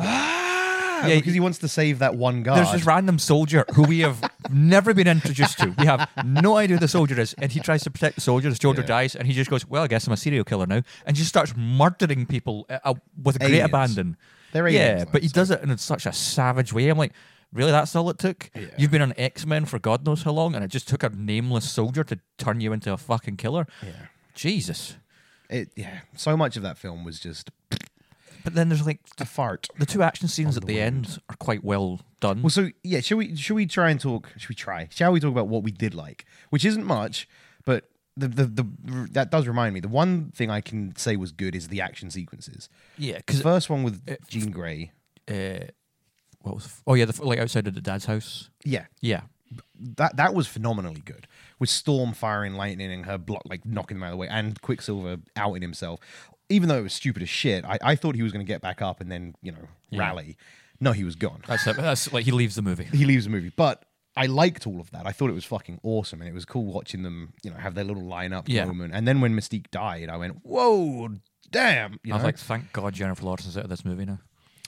Speaker 2: yeah,
Speaker 1: yeah,
Speaker 2: because he wants to save that one guard.
Speaker 1: there's this random soldier who we have never been introduced to. We have no idea who the soldier is, and he tries to protect the soldier. The soldier
Speaker 2: Yeah.
Speaker 1: dies, and he just goes, "Well, I guess I'm a serial killer now," and just starts murdering people uh, uh, with great
Speaker 2: Aliens.
Speaker 1: abandon.
Speaker 2: They're aliens,
Speaker 1: yeah,
Speaker 2: though,
Speaker 1: but he
Speaker 2: so-
Speaker 1: does it in such a savage way. I'm like, really? That's all it took? You've been on X Men for God knows how long, and it just took a nameless soldier to turn you into a fucking killer.
Speaker 2: Yeah.
Speaker 1: Jesus.
Speaker 2: It, yeah, so much of that film was just
Speaker 1: But then there's like
Speaker 2: a fart.
Speaker 1: the two action scenes at the end are quite well done.
Speaker 2: Well, so yeah, should we should we try and talk? Should we try? Shall we talk about what we did like, which isn't much, but the the, the that does remind me. The one thing I can say was good is the action sequences.
Speaker 1: yeah, because
Speaker 2: First one with Jean Grey.
Speaker 1: uh, what was? the f- oh yeah, the f- like outside of the dad's house.
Speaker 2: Yeah,
Speaker 1: Yeah,
Speaker 2: that that was phenomenally good with Storm firing lightning and her block like knocking them out of the way and Quicksilver outing himself. Even though it was stupid as shit, I, I thought he was going to get back up and then you know rally. No, he was gone.
Speaker 1: that's it. That's like he leaves the movie.
Speaker 2: He leaves the movie, but. I liked all of that. I thought it was fucking awesome, and it was cool watching them, you know, have their little lineup
Speaker 1: Yeah.
Speaker 2: moment. And then when Mystique died, I went, "Whoa, damn!" You
Speaker 1: I was
Speaker 2: know?
Speaker 1: like, thank God Jennifer Lawrence is out of this movie now.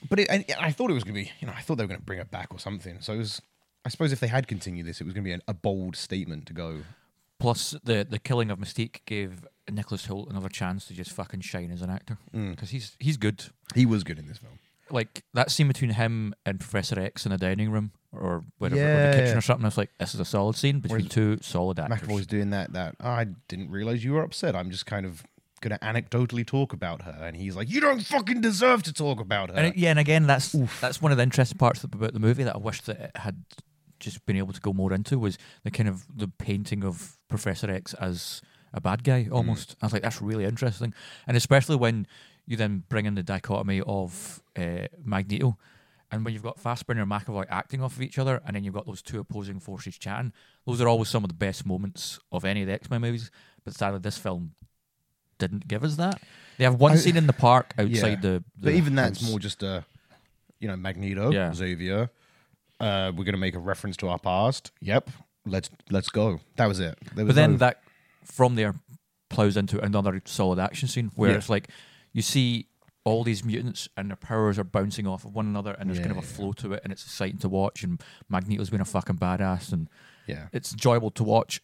Speaker 2: but it, and I thought it was gonna be, you know, I thought they were gonna bring it back or something. So it was, I suppose, if they had continued this, it was gonna be an, a bold statement to go,
Speaker 1: Plus, the the killing of Mystique gave Nicholas Holt another chance to just fucking shine as an actor because he's he's good.
Speaker 2: "He was good in this film."
Speaker 1: Like that scene between him and Professor X in the dining room or whatever, or
Speaker 2: Yeah,
Speaker 1: the kitchen
Speaker 2: yeah.
Speaker 1: or something. I was like, this is a solid scene between two solid actors.
Speaker 2: McAvoy's doing that. That "Oh, I didn't realize you were upset. I'm just kind of gonna anecdotally talk about her, and he's like, "You don't fucking deserve to talk about her."
Speaker 1: And it- yeah, and again, that's that's one of the interesting parts about the movie that I wish that it had just been able to go more into was the kind of the painting of Professor X as a bad guy
Speaker 2: Mm.
Speaker 1: almost. I was like, that's really interesting, and especially when you then bring in the dichotomy of uh, Magneto. And when you've got Fassbender and McAvoy acting off of each other, and then you've got those two opposing forces chatting, those are always some of the best moments of any of the X Men movies. But sadly, this film didn't give us that. They have one
Speaker 2: I-
Speaker 1: scene in the park
Speaker 2: Yeah.
Speaker 1: outside the,
Speaker 2: but
Speaker 1: the
Speaker 2: even that's
Speaker 1: house.
Speaker 2: more just a, you know, Magneto,
Speaker 1: Yeah.
Speaker 2: Xavier. Uh, we're gonna make a reference to our past. Yep. Let's let's go. That was it. There was
Speaker 1: But then
Speaker 2: no-
Speaker 1: that from there plows into another solid action scene where
Speaker 2: Yeah.
Speaker 1: it's like you see all these mutants and their powers are bouncing off of one another and there's
Speaker 2: Yeah,
Speaker 1: kind of a
Speaker 2: yeah.
Speaker 1: flow to it and it's exciting to watch and Magneto's been a fucking badass and
Speaker 2: yeah.
Speaker 1: it's enjoyable to watch.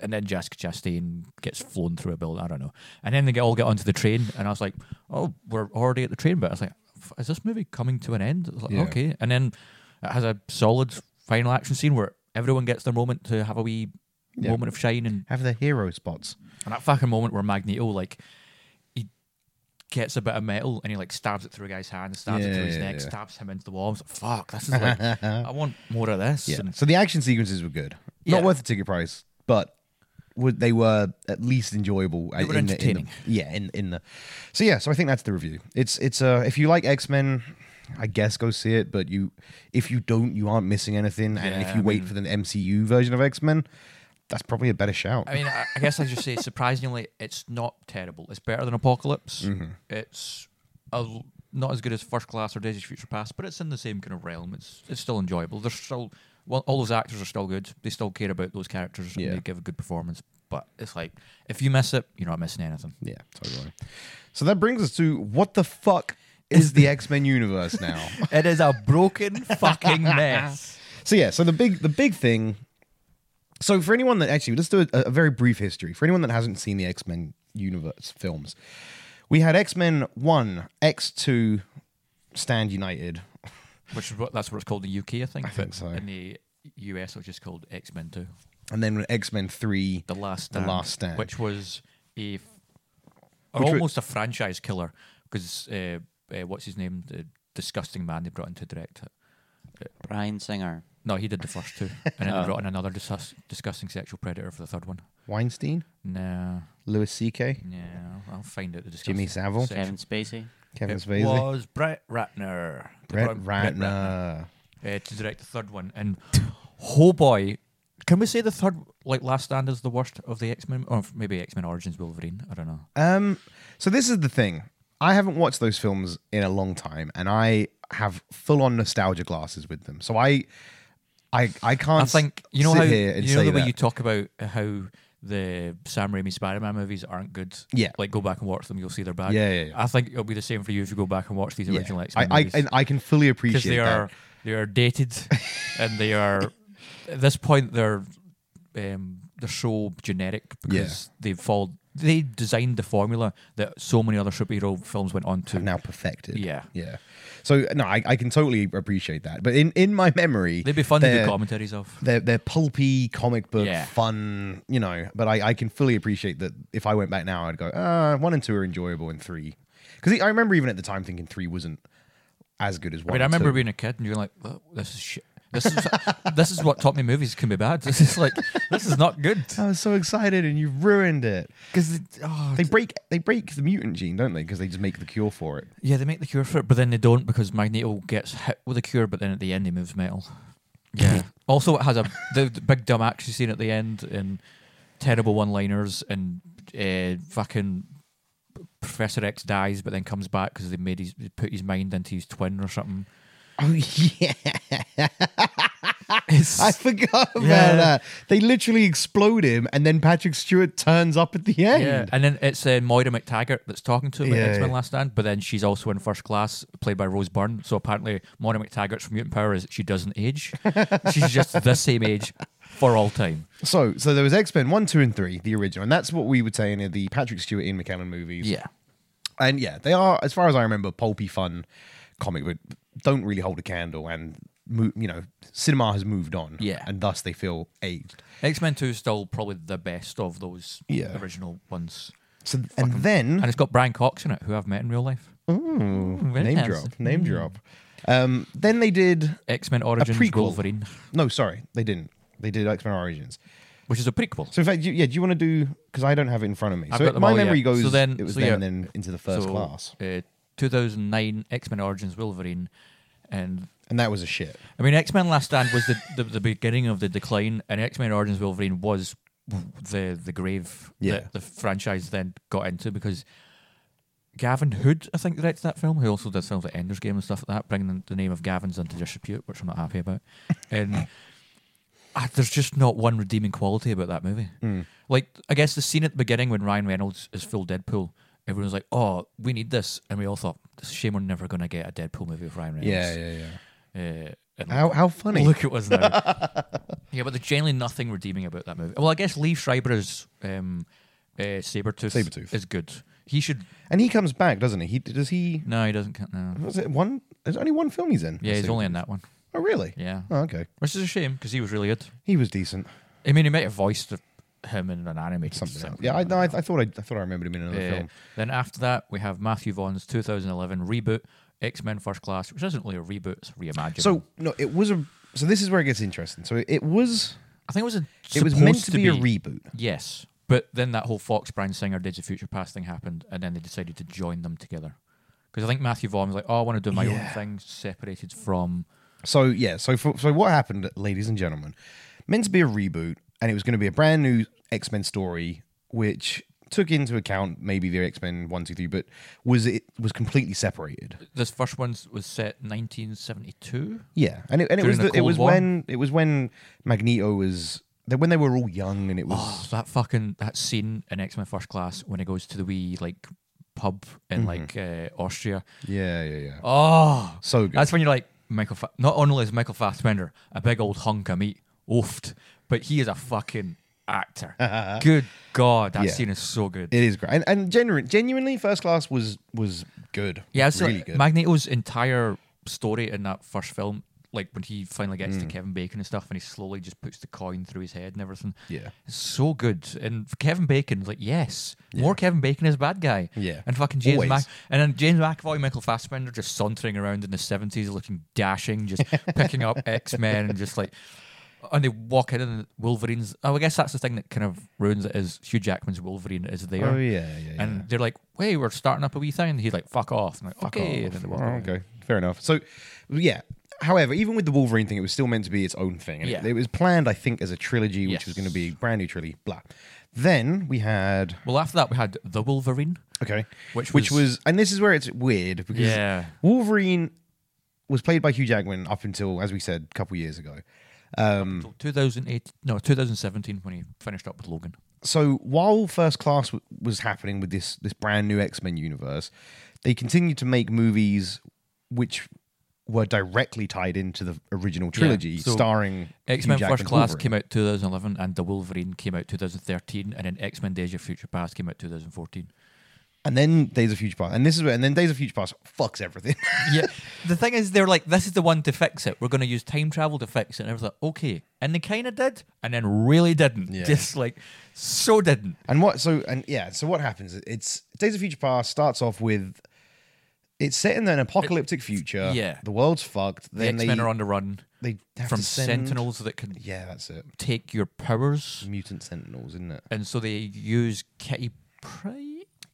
Speaker 1: And then Jessica Chastain gets flown through a building. I don't know. And then they get all get onto the train, and I was like, "Oh, we're already at the train." But I was like, "F- "Is this movie coming to an end?" I was like,
Speaker 2: Yeah.
Speaker 1: Okay. And then it has a solid final action scene where everyone gets their moment to have a wee
Speaker 2: Yeah.
Speaker 1: moment of shine, and,
Speaker 2: Have the hero spots.
Speaker 1: and that fucking moment where Magneto like he gets a bit of metal and he like stabs it through a guy's hand, stabs it
Speaker 2: Yeah,
Speaker 1: through his
Speaker 2: yeah,
Speaker 1: neck,
Speaker 2: yeah.
Speaker 1: stabs him into the wall. I was like, "Fuck, this is like I want more of this."
Speaker 2: Yeah.
Speaker 1: And
Speaker 2: So the action sequences were good.
Speaker 1: Yeah.
Speaker 2: Not worth the ticket price, but were- they were at least enjoyable. uh,
Speaker 1: They were
Speaker 2: in the- in the-
Speaker 1: entertaining.
Speaker 2: yeah, in in the. So yeah, so I think that's the review. It's it's uh if you like X Men, I guess go see it. But you, if you don't, you aren't missing anything. and if
Speaker 1: Yeah,
Speaker 2: you
Speaker 1: I
Speaker 2: wait for the MCU version of X Men, that's probably a better shout.
Speaker 1: I mean, I, I guess I just say surprisingly, it's not terrible. It's better than Apocalypse.
Speaker 2: Mm-hmm.
Speaker 1: It's a l not as good as First Class or Days of Future Past, but it's in the same kind of realm. It's it's still enjoyable. There's still well, all those actors are still good. They still care about those characters.
Speaker 2: Yeah.
Speaker 1: and They give a good performance. But it's like if you miss it, you're not missing anything.
Speaker 2: yeah, totally. So that brings us to what the fuck is the X Men universe now?
Speaker 1: It is a broken fucking mess.
Speaker 2: So yeah, so the big the big thing. So for anyone that actually let's do a, a very brief history for anyone that hasn't seen the X Men universe films. We had X Men One, X Two, Stand United.
Speaker 1: Which is what that's what it's called in the UK, I think. I
Speaker 2: think so.
Speaker 1: In the US, it was just called X Men Two.
Speaker 2: And then X Men Three,
Speaker 1: The Last
Speaker 2: The
Speaker 1: Stand.
Speaker 2: Last Stand.
Speaker 1: Which was a f-
Speaker 2: Which wa-
Speaker 1: almost a franchise killer because uh, uh, what's his name? The disgusting man they brought in to direct it.
Speaker 4: Brian Singer.
Speaker 1: No, he did the first two, and then
Speaker 2: Oh.
Speaker 1: they brought in another disgust- disgusting sexual predator for the third one.
Speaker 2: Weinstein,
Speaker 1: No,
Speaker 2: Louis C.K.,
Speaker 1: no, I'll find out the disgusting.
Speaker 2: Jimmy Savile,
Speaker 1: sexual-
Speaker 4: Kevin Spacey.
Speaker 2: Kevin
Speaker 1: It
Speaker 2: Spacey,
Speaker 1: was Brett Ratner. They
Speaker 2: Brett
Speaker 1: brought in Brett
Speaker 2: Ratner.
Speaker 1: uh, to direct the third one. And oh boy, can we say the third, like Last Stand, is the worst of the X Men, or maybe X Men Origins Wolverine? I don't know.
Speaker 2: Um, so this is the thing. I haven't watched those films in a long time, and I have full on nostalgia glasses with them. So I, I, I can't.
Speaker 1: I think you know
Speaker 2: sit
Speaker 1: how
Speaker 2: here and
Speaker 1: you know
Speaker 2: say
Speaker 1: the way
Speaker 2: that.
Speaker 1: you talk about how the Sam Raimi Spider-Man movies aren't good.
Speaker 2: Yeah.
Speaker 1: like go back and watch them, you'll see they're bad.
Speaker 2: Yeah, yeah, yeah.
Speaker 1: I think it'll be the same for you if you go back and watch these
Speaker 2: Yeah.
Speaker 1: original X
Speaker 2: I,
Speaker 1: Men
Speaker 2: I,
Speaker 1: movies
Speaker 2: and I can fully appreciate
Speaker 1: because they are
Speaker 2: that.
Speaker 1: they are dated, and they are at this point they're um, they're so generic because they've followed they designed the formula that so many other superhero films went on to.
Speaker 2: Have now perfected.
Speaker 1: Yeah.
Speaker 2: yeah. So no, I, I can totally appreciate that. But in, in my memory,
Speaker 1: They'd be fun to do
Speaker 2: they're-
Speaker 1: commentaries of.
Speaker 2: They're they're pulpy comic book
Speaker 1: Yeah.
Speaker 2: fun, you know. But I, I can fully appreciate that. If I went back now, I'd go uh, one and two are enjoyable, and three because I remember even at the time thinking three wasn't as good as one.
Speaker 1: I mean, I
Speaker 2: and
Speaker 1: remember
Speaker 2: two.
Speaker 1: being a kid and you're like, "Look, this is shit. This is this is what taught me movies can be bad. This is like this is not good.
Speaker 2: I was so excited, and you ruined it.
Speaker 1: Because oh,
Speaker 2: They break they break the mutant gene, don't they? Because they just make the cure for it.
Speaker 1: yeah, they make the cure for it, but then they don't because Magneto gets hit with a cure, but then at the end he moves metal. Yeah. also, it has a the, the big dumb action scene at the end and terrible one-liners and uh, fucking Professor X dies, but then comes back because they made his they put his mind into his twin or something.
Speaker 2: Oh yeah.
Speaker 1: It's,
Speaker 2: I forgot about
Speaker 1: Yeah.
Speaker 2: that. They literally explode him, and then Patrick Stewart turns up at the end.
Speaker 1: Yeah, and then it's uh, Moira McTaggart that's talking to him
Speaker 2: Yeah,
Speaker 1: at X Men
Speaker 2: yeah.
Speaker 1: Last Stand, but then she's also in First Class, played by Rose Byrne. So apparently, Moira McTaggart's from Mutant Power is she doesn't age; she's just the same age for all time.
Speaker 2: So, so there was X Men one, two, and three, the original, and that's what we would say in the Patrick Stewart, Ian McKellen movies. and yeah, they are, as far as I remember, pulpy fun comic, but don't really hold a candle. And mo- you know, cinema has moved on.
Speaker 1: Yeah.
Speaker 2: and thus they feel aged.
Speaker 1: X Men Two is still probably the best of those
Speaker 2: Yeah.
Speaker 1: original ones,
Speaker 2: So, and then
Speaker 1: and it's got Brian Cox in it, who I've met in real life. Mm, very
Speaker 2: name
Speaker 1: handsome.
Speaker 2: drop, name drop. Um, then they did
Speaker 1: X Men Origins
Speaker 2: prequel.
Speaker 1: Wolverine,
Speaker 2: no, sorry, they didn't. They did X Men Origins.
Speaker 1: which is a prequel.
Speaker 2: So in fact, you, yeah, do you want to do? Because I don't have it in front of me.
Speaker 1: I've
Speaker 2: so
Speaker 1: got them
Speaker 2: my
Speaker 1: all, yeah.
Speaker 2: memory goes.
Speaker 1: So then-
Speaker 2: it was
Speaker 1: so
Speaker 2: then
Speaker 1: yeah.
Speaker 2: and then into the first
Speaker 1: So,
Speaker 2: class,
Speaker 1: uh, 2009 X Men Origins Wolverine, and
Speaker 2: and that was a shit.
Speaker 1: I mean, X Men Last Stand was the, the, the beginning of the decline, and X Men Origins Wolverine was the the grave
Speaker 2: Yeah.
Speaker 1: that the franchise then got into because Gavin Hood, I think, directed that film, who also did films like Ender's Game and stuff like that, bringing the name of Gavin's into disrepute, which I'm not happy about. And ah, there's just not one redeeming quality about that movie.
Speaker 2: Hmm.
Speaker 1: Like, I guess the scene at the beginning when Ryan Reynolds is full Deadpool, everyone's like, "Oh, we need this," and we all thought, "It's a shame we're never going to get a Deadpool movie with Ryan Reynolds."
Speaker 2: Yeah, yeah, yeah.
Speaker 1: Uh, and
Speaker 2: How how funny.
Speaker 1: Look at us now. yeah, but there's generally nothing redeeming about that movie. Well, I guess Lee Schreiber's um, uh, Sabretooth,
Speaker 2: Sabretooth.
Speaker 1: is good. He should.
Speaker 2: And he comes back, doesn't he? he does he?
Speaker 1: No, he doesn't. ca- No.
Speaker 2: Was it one? There's only one film he's in.
Speaker 1: Yeah, he's only in that one.
Speaker 2: Oh, really?
Speaker 1: Yeah.
Speaker 2: Oh, okay.
Speaker 1: Which is a shame because he was really good.
Speaker 2: He was decent.
Speaker 1: I mean, he might have voiced him in an animated
Speaker 2: Something.
Speaker 1: thing.
Speaker 2: Else. Yeah, I, no, I, I thought I, I thought I remembered him in another
Speaker 1: Uh,
Speaker 2: film.
Speaker 1: Then after that, we have Matthew Vaughn's 2011 reboot, X Men First Class, which isn't really a reboot, it's a reimagining.
Speaker 2: So no, it was a. So this is where it gets interesting. So it was
Speaker 1: I think it was a.
Speaker 2: It was meant
Speaker 1: supposed
Speaker 2: to be, a reboot.
Speaker 1: Yes, but then that whole Fox Brian Singer Days of Future Past thing happened, and then they decided to join them together. Because I think Matthew Vaughn was like, "Oh, I want to do my
Speaker 2: Yeah.
Speaker 1: own thing, separated from."
Speaker 2: So yeah, so for, so what happened, ladies and gentlemen? Meant to be a reboot, and it was going to be a brand new X Men story, which took into account maybe the X Men one, two, three, but was it was completely separated.
Speaker 1: This first one was set 1972.
Speaker 2: Yeah, and it, and it
Speaker 1: During
Speaker 2: was
Speaker 1: the
Speaker 2: the, it
Speaker 1: Cold
Speaker 2: was
Speaker 1: War?
Speaker 2: when it was when Magneto was that when they were all young, and it was
Speaker 1: Oh, that fucking that scene in X Men First Class when he goes to the wee like pub in
Speaker 2: Mm-hmm.
Speaker 1: like uh, Austria.
Speaker 2: yeah, yeah, yeah.
Speaker 1: Oh,
Speaker 2: So good.
Speaker 1: That's when you're like Michael. Fa- not only is Michael Fassbender a big old hunk of meat, oofed, but he is a fucking actor. good God, that
Speaker 2: Yeah.
Speaker 1: scene is so good.
Speaker 2: It is great, and, and genuine, genuinely, first class was was good.
Speaker 1: yeah,
Speaker 2: was
Speaker 1: so
Speaker 2: really good.
Speaker 1: Magneto's entire story in that first film, like when he finally gets
Speaker 2: Mm.
Speaker 1: to Kevin Bacon and stuff, and he slowly just puts the coin through his head and everything.
Speaker 2: Yeah.
Speaker 1: it's so good. And Kevin Bacon, like, yes, more Kevin Bacon is a bad guy.
Speaker 2: Yeah.
Speaker 1: and fucking James
Speaker 2: Always.
Speaker 1: Mac, and then James McAvoy, Michael Fassbender, just sauntering around in the seventies, looking dashing, just picking up X Men and just like. And they walk in and Wolverine's. Oh, I guess that's the thing that kind of ruins it is Hugh Jackman's Wolverine is there.
Speaker 2: Oh, yeah, yeah,
Speaker 1: And
Speaker 2: yeah.
Speaker 1: they're like, "Hey, we're starting up a wee thing." And he's like, Hmm. "Fuck off!" I'm like, "Okay." And then they walk
Speaker 2: Oh,
Speaker 1: away.
Speaker 2: okay, fair enough. So, yeah. However, even with the Wolverine thing, it was still meant to be its own thing. And it-
Speaker 1: Yeah.
Speaker 2: it, was planned, I think, as a trilogy, which was
Speaker 1: Yes.
Speaker 2: going to be brand new trilogy. Blah. Then we had
Speaker 1: Well, after that, we had the Wolverine.
Speaker 2: okay,
Speaker 1: Which
Speaker 2: which
Speaker 1: was-
Speaker 2: was, and this is where it's weird because
Speaker 1: Yeah.
Speaker 2: Wolverine was played by Hugh Jackman up until, as we said, a couple years ago.
Speaker 1: till 2008, no, 2017 when he finished up with Logan.
Speaker 2: so while First Class w- was happening with this this brand new X Men universe, they continued to make movies which were directly tied into the original trilogy,
Speaker 1: so
Speaker 2: starring
Speaker 1: X Men
Speaker 2: Hugh
Speaker 1: First
Speaker 2: Jackman's
Speaker 1: Class
Speaker 2: Wolverine.
Speaker 1: came out 2011, and the Wolverine came out 2013, and then X Men Days of Future Past came out 2014.
Speaker 2: and then Days of Future Past, and this is where, and then Days of Future Past fucks everything.
Speaker 1: yeah, the thing is, they're like, "This is the one to fix it. We're going to use time travel to fix it." And I was like, "Okay," and they kind of did, and then really didn't.
Speaker 2: Yeah.
Speaker 1: Just like so didn't.
Speaker 2: And what so and yeah, so what happens? It's Days of Future Past starts off with it's set in an apocalyptic future.
Speaker 1: yeah.
Speaker 2: the world's fucked.
Speaker 1: The
Speaker 2: Then
Speaker 1: X
Speaker 2: they
Speaker 1: Men are on the run
Speaker 2: they have
Speaker 1: from
Speaker 2: to send-
Speaker 1: Sentinels that can
Speaker 2: Yeah, that's it.
Speaker 1: take your powers,
Speaker 2: Mutant Sentinels, isn't it?
Speaker 1: and so they use Kitty Pryde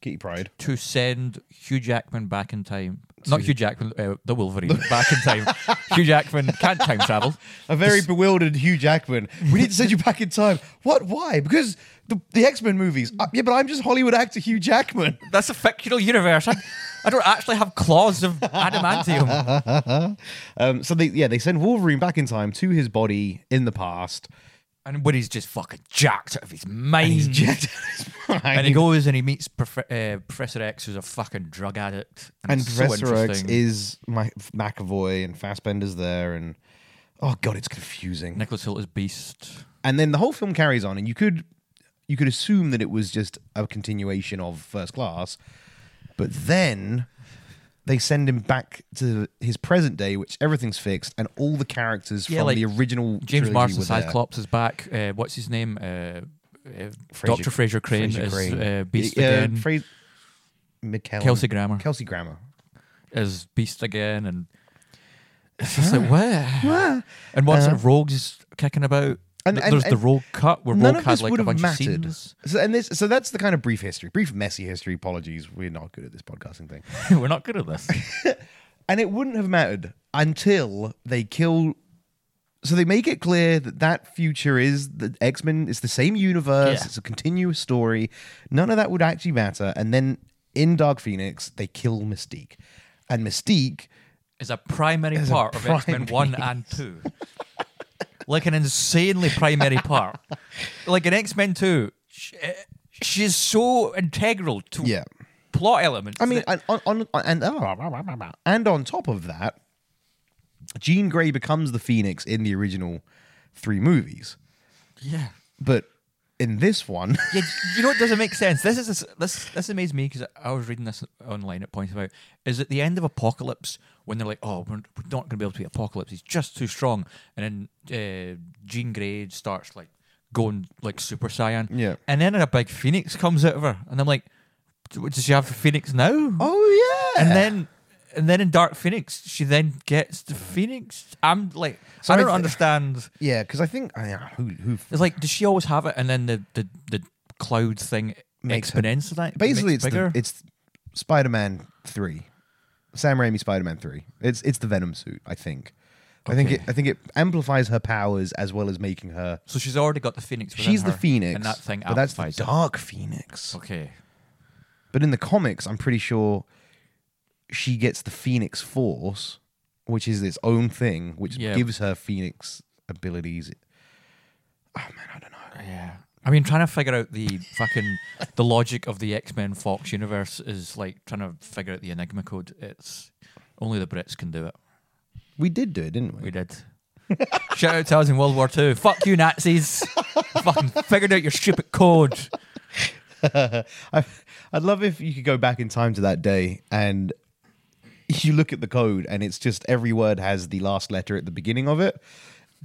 Speaker 2: Kitty Pride.
Speaker 1: to send Hugh Jackman back in time. Not Hugh Jackman, uh, the Wolverine, back in time. Hugh Jackman can't time travel.
Speaker 2: A very bewildered Hugh Jackman. We need to send you back in time. What? Why? Because the, the X Men movies. Uh, yeah, but I'm just Hollywood actor Hugh Jackman.
Speaker 1: That's a fictional universe. I, I don't actually have claws of adamantium.
Speaker 2: Um, so they yeah they send Wolverine back in time to his body in the past.
Speaker 1: And when he's just fucking jacked out of his mind.
Speaker 2: He's jacked out of his mind.
Speaker 1: And he goes and he meets Prof- uh, Professor X, who's a fucking drug addict. And,
Speaker 2: And
Speaker 1: it's
Speaker 2: Professor
Speaker 1: so
Speaker 2: X
Speaker 1: interesting.
Speaker 2: is Ma- McAvoy and Fassbender's there and. Oh god, it's confusing.
Speaker 1: Nicholas Holt is Beast.
Speaker 2: and then the whole film carries on, and you could you could assume that it was just a continuation of First Class, but then they send him back to his present day, which everything's fixed, and all the characters
Speaker 1: Yeah,
Speaker 2: from
Speaker 1: like
Speaker 2: the original
Speaker 1: James
Speaker 2: trilogy
Speaker 1: Marsden
Speaker 2: were there.
Speaker 1: Cyclops is back. Uh, what's his name? Uh, uh,
Speaker 2: Fraser-
Speaker 1: Dr. Fraser Crane
Speaker 2: Fraser
Speaker 1: is
Speaker 2: Crane.
Speaker 1: Uh, Beast
Speaker 2: Uh,
Speaker 1: again.
Speaker 2: Fra- Mikkel-
Speaker 1: Kelsey Grammer.
Speaker 2: Kelsey Grammer.
Speaker 1: as Beast again, and it's just like where, and what's it? Rogue's kicking about.
Speaker 2: Uh-huh. And-
Speaker 1: And,
Speaker 2: and-
Speaker 1: There's the
Speaker 2: and
Speaker 1: Rogue cut where
Speaker 2: None
Speaker 1: Rogue
Speaker 2: of
Speaker 1: had
Speaker 2: this
Speaker 1: like
Speaker 2: would
Speaker 1: a
Speaker 2: have
Speaker 1: bunch
Speaker 2: mattered.
Speaker 1: of scenes.
Speaker 2: So, and this, so that's the kind of brief history, brief messy history. Apologies, we're not good at this podcasting thing.
Speaker 1: We're not good at this.
Speaker 2: And it wouldn't have mattered until they kill. So they make it clear that that future is the X Men. It's the same universe.
Speaker 1: Yeah.
Speaker 2: It's a continuous story. None of that would actually matter. And then in Dark Phoenix, they kill Mystique, and Mystique.
Speaker 1: It's a primary
Speaker 2: It's a
Speaker 1: part of X Men
Speaker 2: primary.
Speaker 1: One and Two, like an insanely primary part. Like in X Men Two, sh- eh, she's so integral to
Speaker 2: Yeah.
Speaker 1: plot elements.
Speaker 2: I mean,
Speaker 1: that-
Speaker 2: and on, on and oh, and on top of that, Jean Grey becomes the Phoenix in the original three movies,
Speaker 1: yeah.
Speaker 2: but in this one,
Speaker 1: Yeah, you know what doesn't make sense. This is this this, this amazed me because I was reading this online at points about is at the end of Apocalypse when they're like, oh, we're, we're not going to be able to beat Apocalypse. He's just too strong, and then uh, Jean Grey starts like going like Super Saiyan.
Speaker 2: Yeah.
Speaker 1: and then a big phoenix comes out of her, and I'm like, "D- what, does she have a phoenix now?
Speaker 2: oh yeah,
Speaker 1: and then and then in Dark Phoenix, she then gets the Phoenix. I'm like, I don't
Speaker 2: I thi-
Speaker 1: understand.
Speaker 2: Yeah, because I think I mean, who who
Speaker 1: It's like, does she always have it? And then the the, the cloud thing
Speaker 2: Makes her-
Speaker 1: exponentially. Her,
Speaker 2: basically it's the, it's Spider-Man three, Sam Raimi Spider-Man three. It's it's the Venom suit. I think. I think it
Speaker 1: Okay.
Speaker 2: I think it amplifies her powers as well as making her.
Speaker 1: so she's already got the Phoenix. within
Speaker 2: She's the
Speaker 1: her,
Speaker 2: Phoenix,
Speaker 1: and that thing
Speaker 2: but that's the
Speaker 1: amplifies it.
Speaker 2: Dark Phoenix.
Speaker 1: Okay,
Speaker 2: But in the comics, I'm pretty sure she gets the Phoenix Force, which is its own thing, which
Speaker 1: Yeah.
Speaker 2: gives her Phoenix abilities. Oh man, I don't know.
Speaker 1: yeah. I mean, trying to figure out the fucking the logic of the X Men Fox universe is like trying to figure out the Enigma code. It's only the Brits can do it.
Speaker 2: We did do it, didn't we?
Speaker 1: We did. Shout out to us in World War Two. Fuck you, Nazis. Fucking figured out your stupid code.
Speaker 2: I, I'd love if you could go back in time to that day and you look at the code and it's just every word has the last letter at the beginning of it.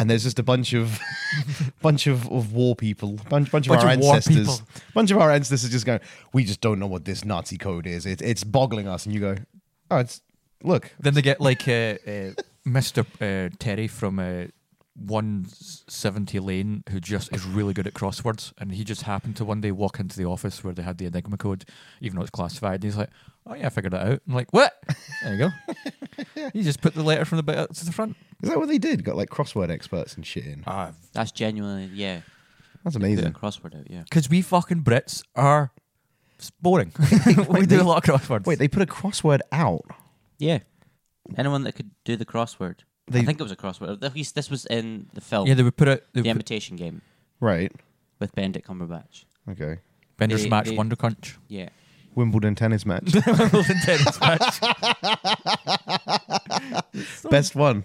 Speaker 2: And there's just a bunch of bunch of, of war people, bunch, bunch of
Speaker 1: Bunch
Speaker 2: our
Speaker 1: of war
Speaker 2: ancestors,
Speaker 1: people.
Speaker 2: bunch of our ancestors just going, we just don't know what this Nazi code is. It, it's boggling us. And you go, oh, it's look,
Speaker 1: Then they get like uh, uh, Mr. Uh, Terry from uh, 170 Lane, who just is really good at crosswords. And he just happened to one day walk into the office where they had the Enigma code, even though it's classified. And he's like, Oh, yeah, I figured that out. I'm like, What? There you go. you just put the letter from the bit out to the front. Ah,
Speaker 2: is that what they did? Got like crossword experts and shit in.
Speaker 4: That's genuinely, yeah.
Speaker 2: That's
Speaker 4: Put a
Speaker 2: amazing.
Speaker 4: crossword out, yeah.
Speaker 1: Because we fucking Brits are s- boring. we do a lot of crosswords.
Speaker 2: Wait, they put a crossword out.
Speaker 4: Yeah. Anyone that could do the crossword.
Speaker 2: They-
Speaker 4: I think it was a crossword. At least this was in the film,
Speaker 1: yeah, they would put it. They
Speaker 4: The
Speaker 1: would put
Speaker 4: Imitation Game
Speaker 2: Right.
Speaker 4: with Benedict Cumberbatch.
Speaker 2: Okay.
Speaker 1: Bender's
Speaker 4: they-
Speaker 1: match,
Speaker 4: they-
Speaker 1: Wonder Crunch.
Speaker 4: Yeah.
Speaker 2: Wimbledon tennis match.
Speaker 1: Tennis match.
Speaker 2: Best one.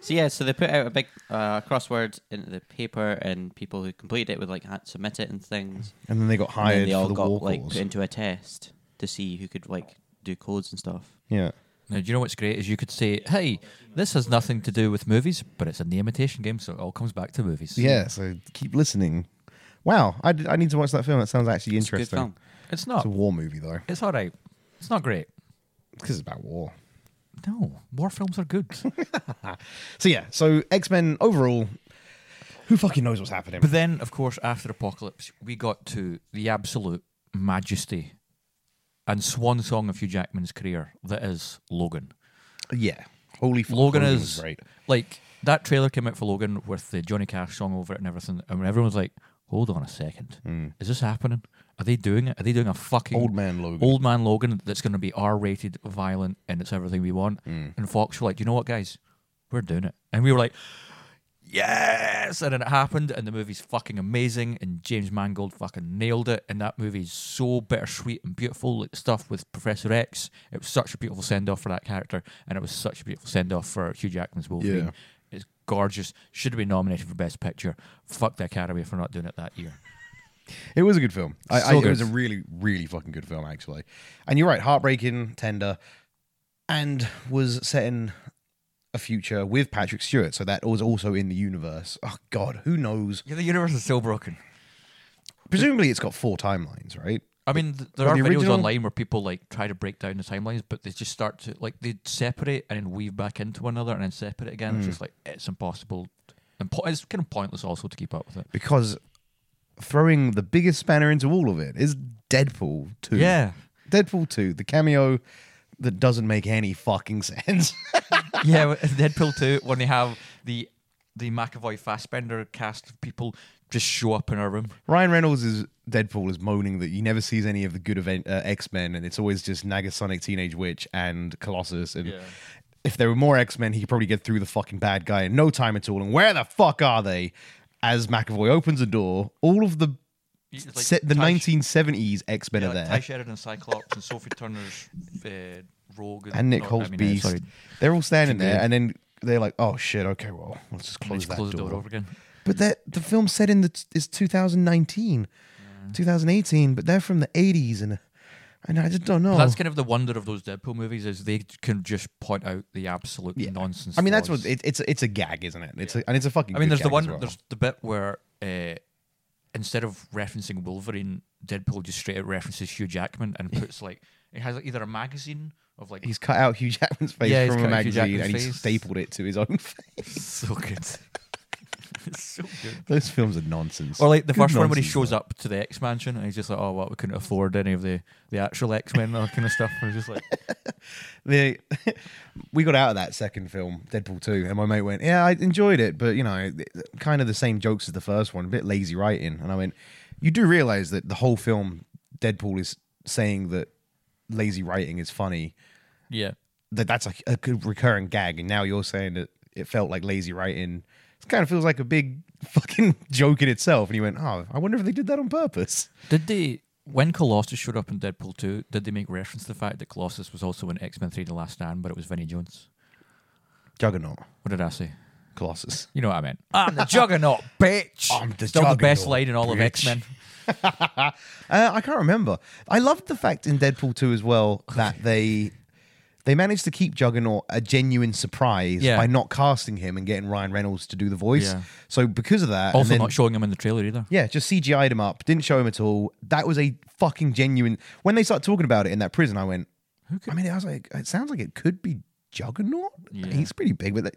Speaker 4: So yeah, so they put out a big uh, crossword into the paper, and people who completed it would like had to submit it and things.
Speaker 2: And then they got
Speaker 4: and
Speaker 2: hired
Speaker 4: then they all
Speaker 2: for the
Speaker 4: got
Speaker 2: war
Speaker 4: like
Speaker 2: calls.
Speaker 4: put into a test to see who could like do codes and stuff.
Speaker 2: yeah.
Speaker 1: Now, do you know what's great is you could say, "Hey, this has nothing to do with movies, but it's in the imitation game, so it all comes back to movies."
Speaker 2: Yeah, so keep listening. Wow, I, d- I need to watch that film. That sounds actually
Speaker 4: It's a
Speaker 2: interesting.
Speaker 4: good film. Oh.
Speaker 1: it's
Speaker 2: It's
Speaker 1: not.
Speaker 2: a war movie, though.
Speaker 1: It's all right. It's not great.
Speaker 2: Because it's about war.
Speaker 1: No, war films are good,
Speaker 2: So, yeah, so X Men overall, who fucking knows what's happening?
Speaker 1: but then, of course, after Apocalypse, we got to the absolute majesty and swan song of Hugh Jackman's career. That is Logan.
Speaker 2: yeah. Holy fuck.
Speaker 1: Logan
Speaker 2: Logan was
Speaker 1: is
Speaker 2: great.
Speaker 1: like that trailer came out for Logan with the Johnny Cash song over it and everything, and everyone was like, "Hold on a second, is this happening? Are they doing it? Are they doing a fucking
Speaker 2: Mm. Old Man Logan.
Speaker 1: Old Man Logan that's going to be R-rated, violent, and it's everything we want?" And Fox were like, "You know what, guys, we're doing it," and we were like. Yes, and then it happened, and the movie's fucking amazing, and James Mangold fucking nailed it, and that movie's so bittersweet and beautiful. Like the stuff with Professor X, it was such a beautiful send off for that character, and it was such a beautiful send off for Hugh Jackman's Wolverine.
Speaker 2: Yeah.
Speaker 1: It's gorgeous. Should have been nominated for Best Picture. Fuck the Academy for not doing it that year.
Speaker 2: It was a good film. I,
Speaker 1: So
Speaker 2: I, It
Speaker 1: good.
Speaker 2: was a really, really fucking good film, actually. And you're right, heartbreaking, tender, and was set in a future with Patrick Stewart. So that was also in the universe. Oh, God, who knows?
Speaker 1: Yeah, the universe is so broken.
Speaker 2: Presumably it's got four timelines, right?
Speaker 1: I mean, th- there
Speaker 2: Well,
Speaker 1: are
Speaker 2: the
Speaker 1: videos
Speaker 2: original-
Speaker 1: online where people like try to break down the timelines, but they just start to like they separate and then weave back into one another and then separate again.
Speaker 2: Hmm.
Speaker 1: It's just like it's impossible, and po- it's kind of pointless also to keep up with it.
Speaker 2: because throwing the biggest spanner into all of it is Deadpool 2.
Speaker 1: Yeah.
Speaker 2: Deadpool 2, the cameo that doesn't make any fucking sense.
Speaker 1: yeah, with Deadpool two when they have the the McAvoy Fassbender cast of people just show up in a room.
Speaker 2: Ryan Reynolds is Deadpool is moaning that he never sees any of the good event uh, X-Men and it's always just Nagasonic Teenage Witch and Colossus and if there were more X-Men he could probably get through the fucking bad guy in no time at all and where the fuck are they as McAvoy opens a door all of the
Speaker 1: It's like
Speaker 2: se- the
Speaker 1: Ty-
Speaker 2: 1970s X-Men
Speaker 1: yeah,
Speaker 2: are
Speaker 1: like
Speaker 2: there
Speaker 1: Ty Sheridan, Cyclops, and Sophie Turner's uh, Rogue,
Speaker 2: and Nick
Speaker 1: no,
Speaker 2: Holt's
Speaker 1: I mean, uh,
Speaker 2: Beast.
Speaker 1: sorry,
Speaker 2: They're all standing
Speaker 1: Should be
Speaker 2: there,
Speaker 1: in.
Speaker 2: and then they're like, "Oh shit, okay, well, let's just
Speaker 1: and
Speaker 2: close
Speaker 1: just
Speaker 2: that
Speaker 1: close the
Speaker 2: door."
Speaker 1: door over again.
Speaker 2: But that the film set in the t- is 2019, 2018, but they're from the 80s, and and I just don't know.
Speaker 1: That's kind of the wonder of those Deadpool movies is they can just point out the absolute
Speaker 2: Yeah.
Speaker 1: nonsense.
Speaker 2: I mean, that's
Speaker 1: flaws.
Speaker 2: what it, it's it's a gag, isn't it? It's a, and it's a fucking.
Speaker 1: I mean,
Speaker 2: good
Speaker 1: there's the
Speaker 2: gag as
Speaker 1: one,
Speaker 2: well.
Speaker 1: there's the bit where uh, instead of referencing Wolverine, Deadpool just straight out references Hugh Jackman and puts like it has like, either a magazine of like
Speaker 2: He's cut out Hugh Jackman's face
Speaker 1: Yeah, he's
Speaker 2: from a
Speaker 1: cut out Hugh
Speaker 2: magazine
Speaker 1: Jackman's
Speaker 2: and he
Speaker 1: face.
Speaker 2: stapled it to his own face.
Speaker 1: so good. it's so good.
Speaker 2: Those films are nonsense.
Speaker 1: Or like the
Speaker 2: Good
Speaker 1: first one where he
Speaker 2: nonsense,
Speaker 1: shows
Speaker 2: though.
Speaker 1: up to the X Mansion and he's just like, oh, well, we couldn't afford any of the, the actual X Men that kind of stuff. And it's just like,
Speaker 2: The, we got out of that second film, Deadpool 2, and my mate went, Yeah, I enjoyed it, but you know, th- th- kind of the same jokes as the first one, a bit lazy writing. And I went, You do realize that the whole film, Deadpool is saying that lazy writing is funny.
Speaker 1: yeah,
Speaker 2: that that's a, a good recurring gag, and now you're saying that it felt like lazy writing. It kind of feels like a big fucking joke in itself. And you went, oh, I wonder if they did that on purpose.
Speaker 1: Did they when Colossus showed up in Deadpool two? Did they make reference to the fact that Colossus was also in X Men three: The Last Stand, but it was Vinnie Jones?
Speaker 2: Juggernaut,
Speaker 1: What did I say?
Speaker 2: Colossus.
Speaker 1: You know what I meant. I'm the Juggernaut, bitch.
Speaker 2: I'm the
Speaker 1: Still the best
Speaker 2: Juggernaut,
Speaker 1: line in all of
Speaker 2: bitch.
Speaker 1: X Men.
Speaker 2: Uh, I can't remember. I loved the fact in Deadpool two as well that they they managed to keep Juggernaut a genuine surprise
Speaker 1: Yeah.
Speaker 2: by not casting him and getting Ryan Reynolds to do the voice.
Speaker 1: Yeah.
Speaker 2: So because of that, and
Speaker 1: Also,
Speaker 2: then-
Speaker 1: not showing him in the trailer either.
Speaker 2: Yeah, just CGI'd him up. Didn't show him at all. That was a fucking genuine. When they started talking about it in that prison, I went. I mean, I was like, it sounds like it could be Juggernaut.
Speaker 1: Yeah.
Speaker 2: He's pretty big, but they,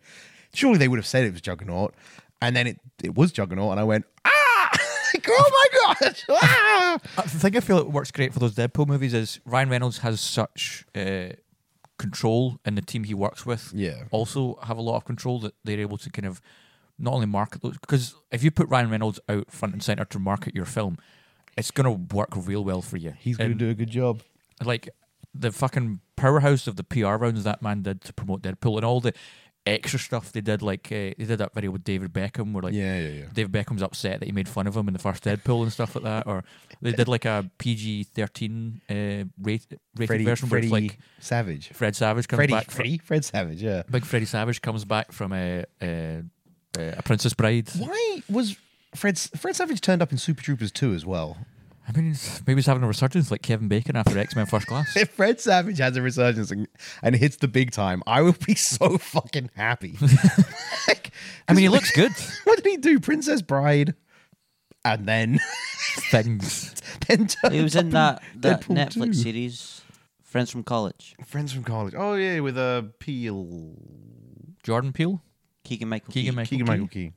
Speaker 2: surely they would have said it was Juggernaut. And then it, it was Juggernaut, and I went, ah, like, oh my god, ah!
Speaker 1: Uh, The thing I feel it works great for those Deadpool movies is Ryan Reynolds has such uh, control, and the team he works with
Speaker 2: Yeah.
Speaker 1: also have a lot of control that they're able to kind of not only market those because if you put Ryan Reynolds out front and center to market your film, it's gonna work real well for you.
Speaker 2: He's gonna
Speaker 1: And,
Speaker 2: do a good job.
Speaker 1: like the fucking powerhouse of the PR rounds that man did to promote Deadpool and all the extra stuff they did. Like uh, they did that video with David Beckham, where like
Speaker 2: Yeah, yeah, yeah.
Speaker 1: David Beckham's upset that he made fun of him in the first Deadpool and stuff like that. Or they did like a PG thirteen uh, rate, rated
Speaker 2: Freddie,
Speaker 1: version
Speaker 2: Freddie
Speaker 1: where it's like
Speaker 2: Savage,
Speaker 1: Fred Savage comes
Speaker 2: Freddie,
Speaker 1: back. fr-
Speaker 2: Freddie, Fred Savage, yeah.
Speaker 1: Big Freddie Savage comes back from a a, a Princess Bride.
Speaker 2: Why was Fred Fred Savage turned up in Super Troopers two as well?
Speaker 1: I mean, he's- maybe he's having a resurgence like Kevin Bacon after X Men First Class.
Speaker 2: if Fred Savage has a resurgence and, and hits the big time, I will be so fucking happy. Like,
Speaker 1: I mean, he looks good.
Speaker 2: what did he do? Princess Bride, and then
Speaker 1: Things.
Speaker 2: then turned
Speaker 4: He was in
Speaker 2: up
Speaker 4: that, that
Speaker 2: Deadpool
Speaker 4: Netflix
Speaker 2: 2.
Speaker 4: series, Friends from College.
Speaker 2: Friends from College. Oh yeah, with a Peel
Speaker 1: Jordan Peele.
Speaker 4: Keegan Michael.
Speaker 1: Keegan Michael.
Speaker 2: Keegan Michael Key.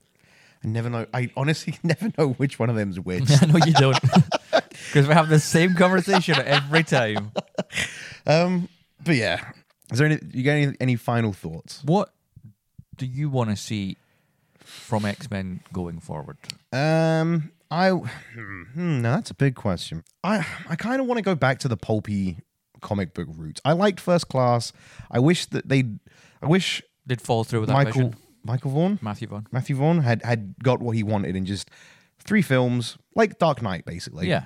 Speaker 2: I never know. I honestly never know which one of them's which.
Speaker 1: I know you don't. Because we're having the same conversation every time.
Speaker 2: um, but yeah, is there any? You got any, any final thoughts?
Speaker 1: What do you want to see from X Men going forward?
Speaker 2: Um, I hmm, no, that's a big question. I I kind of want to go back to the pulpy comic book roots. I liked First Class. I wish that they, I wish
Speaker 1: Did fall through with that
Speaker 2: Michael
Speaker 1: vision?
Speaker 2: Michael Vaughn
Speaker 1: Matthew Vaughn.
Speaker 2: Matthew Vaughn had had got what he wanted in just three films, like Dark Knight, basically.
Speaker 1: yeah,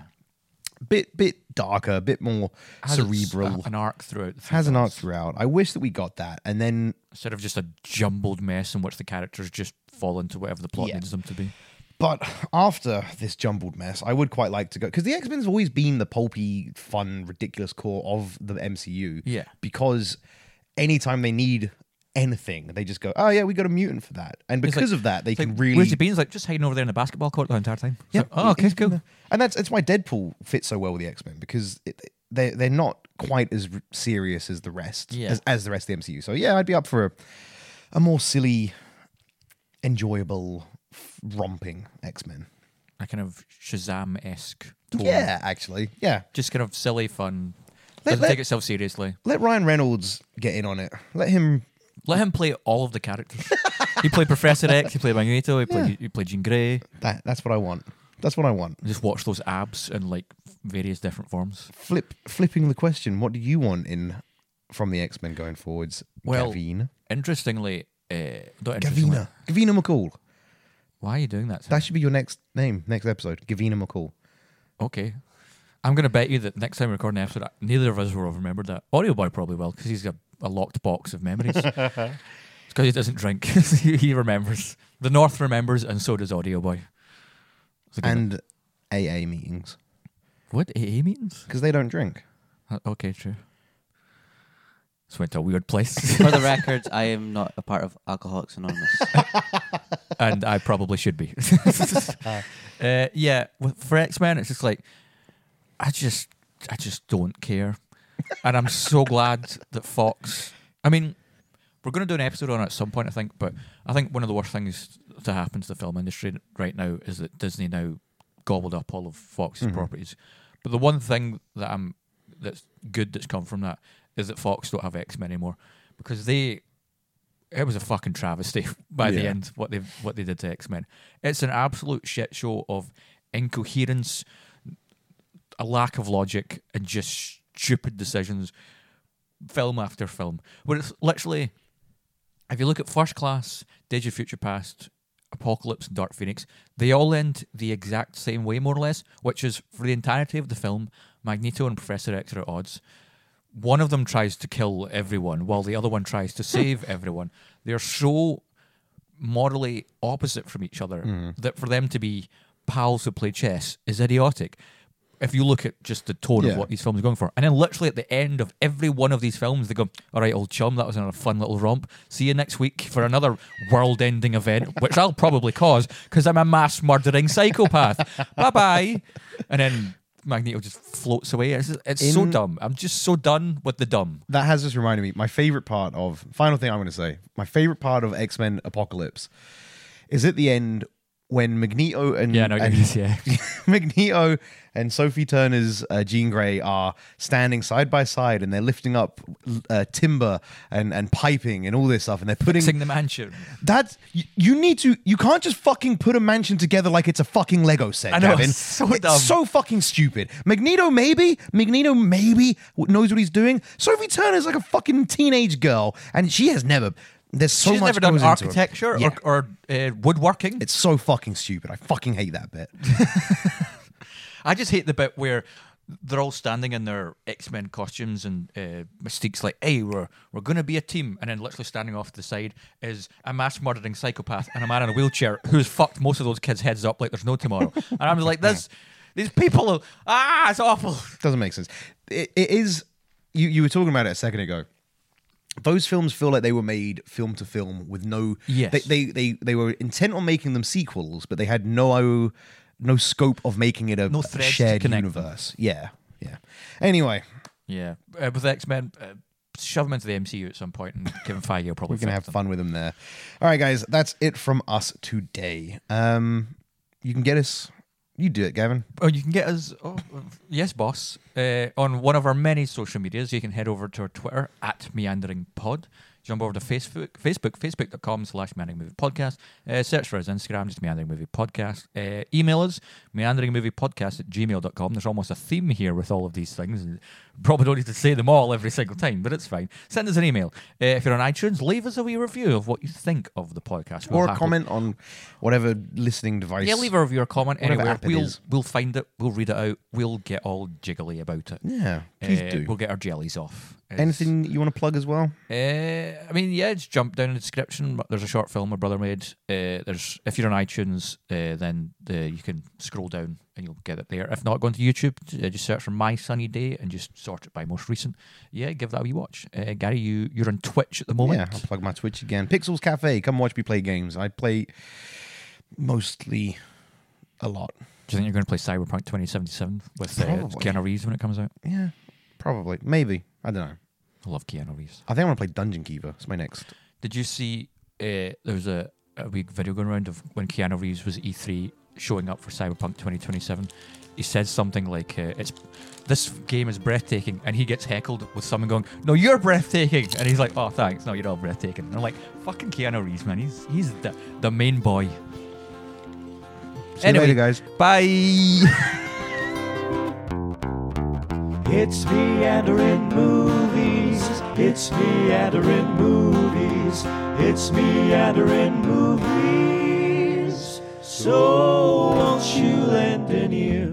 Speaker 2: bit bit darker, bit more
Speaker 1: Has its- uh,
Speaker 2: cerebral.
Speaker 1: an arc throughout. the three
Speaker 2: Has an arc
Speaker 1: films.
Speaker 2: throughout. I wish that we got that, and then
Speaker 1: instead of just a jumbled mess in which the characters just fall into whatever the plot
Speaker 2: Yeah.
Speaker 1: needs them to be.
Speaker 2: But after this jumbled mess, I would quite like to go because the X Men's always been the pulpy, fun, ridiculous core of the MCU.
Speaker 1: Yeah.
Speaker 2: Because anytime they need anything, they just go, "Oh yeah, we got a mutant for that," and
Speaker 1: It's like-
Speaker 2: because of that, they
Speaker 1: it's like,
Speaker 2: can
Speaker 1: Where's
Speaker 2: really.
Speaker 1: he been? He's like just hiding over there in the basketball court the entire time. It's
Speaker 2: Yeah.
Speaker 1: like, oh, okay,
Speaker 2: He's
Speaker 1: cool.
Speaker 2: been there. And that's it's why Deadpool fits so well with the X Men because it, they they're not quite as r- serious as the rest
Speaker 1: Yeah.
Speaker 2: as, as the rest of the MCU. So yeah, I'd be up for a, a more silly, enjoyable, f- romping X Men.
Speaker 1: A kind of Shazam esque tone.
Speaker 2: Yeah, actually, yeah.
Speaker 1: just kind of silly fun.
Speaker 2: Let-
Speaker 1: Doesn't
Speaker 2: let-
Speaker 1: take itself seriously.
Speaker 2: Let Ryan Reynolds get in on it. Let him.
Speaker 1: Let him play all of the characters. he played Professor X. He played Magneto. He played
Speaker 2: Yeah.
Speaker 1: he played Jean Grey.
Speaker 2: That, that's what I want. That's what I want.
Speaker 1: Just watch those abs in like various different forms.
Speaker 2: Flip flipping the question. What do you want in from the X Men going forwards?
Speaker 1: Well-
Speaker 2: Gavina.
Speaker 1: Interestingly, uh, not interestingly.
Speaker 2: Gavina. Gavina McCall.
Speaker 1: Why are you doing that? to
Speaker 2: That should be your next name, next episode. Gavina McCall.
Speaker 1: me? Okay. I'm going to bet you that next time we record an episode, neither of us will have remembered that. Audio Boy probably will because he's got a locked box of memories. it's because he doesn't drink. he he remembers. The North remembers, and so does Audio Boy. It's a good-
Speaker 2: And AA meetings
Speaker 1: what? AA meetings?
Speaker 2: because they don't drink.
Speaker 1: Uh, Okay, true. Just went to a weird place,
Speaker 4: For the record, I am not a part of Alcoholics Anonymous.
Speaker 1: and I probably should be. uh, yeah, with- for X Men, it's just like I just, I just don't care, and I'm so glad that Fox. I mean, we're going to do an episode on it at some point, I think. But I think one of the worst things to happen to the film industry right now is that Disney now gobbled up all of Fox's properties. But the one thing that I'm that's good that's come from that is that Fox don't have X Men anymore because they it was a fucking travesty by the
Speaker 2: Yeah.
Speaker 1: end what they what they did to X Men. It's an absolute shit show of incoherence, a lack of logic, and just stupid decisions. Film after film, where it's literally if you look at First Class, Days of Future Past, Apocalypse, and Dark Phoenix, they all end the exact same way, more or less, which is for the entirety of the film, Magneto and Professor X are at odds. One of them tries to kill everyone, while the other one tries to save everyone. They're so morally opposite from each other that for them to be pals who play chess is idiotic. If you look at just the tone of
Speaker 2: Yeah.
Speaker 1: what these films are going for, and then literally at the end of every one of these films, they go, "All right, old chum, that was another fun little romp. See you next week for another world-ending event, which I'll probably cause because I'm a mass murdering psychopath. bye bye." And then Magneto just floats away. It's, it's so
Speaker 2: In-
Speaker 1: dumb. I'm just so done with the dumb.
Speaker 2: that has just reminded me my favorite part of final thing i'm going to say my favorite part of x-men apocalypse is at the end when magneto and
Speaker 1: Yeah, I know what
Speaker 2: and-
Speaker 1: you mean, yeah.
Speaker 2: magneto and sophie turner's uh, jean gray are standing side by side and they're lifting up uh, timber and and piping and all this stuff and they're putting
Speaker 1: Sing the mansion.
Speaker 2: that's you, you need to you can't just fucking put a mansion together like it's a fucking Lego set.
Speaker 1: I know,
Speaker 2: Gavin.
Speaker 1: it's so dumb.
Speaker 2: so fucking stupid. Magneto maybe Magneto maybe w- knows what he's doing. Sophie Turner's like a fucking teenage girl, and she has never. There's so
Speaker 1: She's
Speaker 2: much
Speaker 1: never done
Speaker 2: goes into it.
Speaker 1: architecture
Speaker 2: Yeah.
Speaker 1: or, or uh, woodworking.
Speaker 2: It's so fucking stupid. I fucking hate that bit.
Speaker 1: I just hate the bit where they're all standing in their X Men costumes and uh, Mystique's like, "Hey, we're we're gonna be a team," and then literally standing off to the side is a mass murdering psychopath and a man in a wheelchair who's fucked most of those kids' heads up like there's no tomorrow. and I'm like, "This, these people, are, ah, it's awful."
Speaker 2: Doesn't make sense. It, it is. You you were talking about it a second ago. Those films feel like they were made film to film with no.
Speaker 1: Yes.
Speaker 2: They they they, they were intent on making them sequels, but they had no no scope of making it a
Speaker 1: No threads to
Speaker 2: shared
Speaker 1: connect them.
Speaker 2: universe. Yeah. Yeah. Anyway,
Speaker 1: Yeah, uh, with X Men, uh, shove them into the MCU at some point and give them five year probably.
Speaker 2: we're gonna
Speaker 1: fix them.
Speaker 2: have fun with them there. All right, guys, that's it from us today. Um, you can get us. You do it, Gavin.
Speaker 1: Oh, you can get us, oh, yes, boss, uh, on one of our many social medias. You can head over to our Twitter at Meandering Pod. Jump over to Facebook, Facebook, facebook.com slash Meandering Movie Podcast. Uh, search for us on Instagram, just Meandering Movie Podcast. Uh, email us, meanderingmoviepodcast at gmail.com. There's almost a theme here with all of these things. and Probably don't need to say them all every single time, but it's fine. Send us an email. Uh, if you're on iTunes, leave us a wee review of what you think of the podcast. We'll
Speaker 2: Or a
Speaker 1: happily-
Speaker 2: comment on whatever listening device.
Speaker 1: yeah, leave a review or comment
Speaker 2: Whatever
Speaker 1: anywhere.
Speaker 2: app it
Speaker 1: We'll
Speaker 2: is.
Speaker 1: we'll find it. We'll read it out. We'll get all jiggly about it.
Speaker 2: Yeah, please
Speaker 1: Uh,
Speaker 2: do.
Speaker 1: We'll get our jellies off. It's-
Speaker 2: Anything you want to plug as well?
Speaker 1: Uh, I mean, yeah, just jump down in the description. But There's a short film my brother made. Uh, there's if you're on iTunes, uh, then uh, you can scroll down and you'll get it there. If not, go onto YouTube. Uh, just search for My Sunny Day and just sort it by most recent. Yeah, give that a wee watch. Uh, Gary, you you're on Twitch at the moment.
Speaker 2: Yeah, I'll plug my Twitch again. Pixels Cafe. Come watch me play games. I play mostly a lot.
Speaker 1: Do you think you're going to play Cyberpunk 2077 with uh,
Speaker 2: Probably.
Speaker 1: Keanu Reeves when it comes out?
Speaker 2: Yeah, probably. Maybe. I don't know.
Speaker 1: I love Keanu Reeves.
Speaker 2: I think I want to play Dungeon Keeper. It's my next.
Speaker 1: Did you see uh, there was a, a wee video going around of when Keanu Reeves was at E3 showing up for Cyberpunk 2027? He says something like, uh, "It's this game is breathtaking," and he gets heckled with someone going, "No, you're breathtaking," and he's like, "Oh, thanks. No, you're not breathtaking." And I'm like, "Fucking Keanu Reeves, man. He's he's the, the main boy."
Speaker 2: See you later, guys.
Speaker 1: Bye.
Speaker 3: It's meandering movies. It's meandering movies. It's meandering movies. So won't you lend an ear?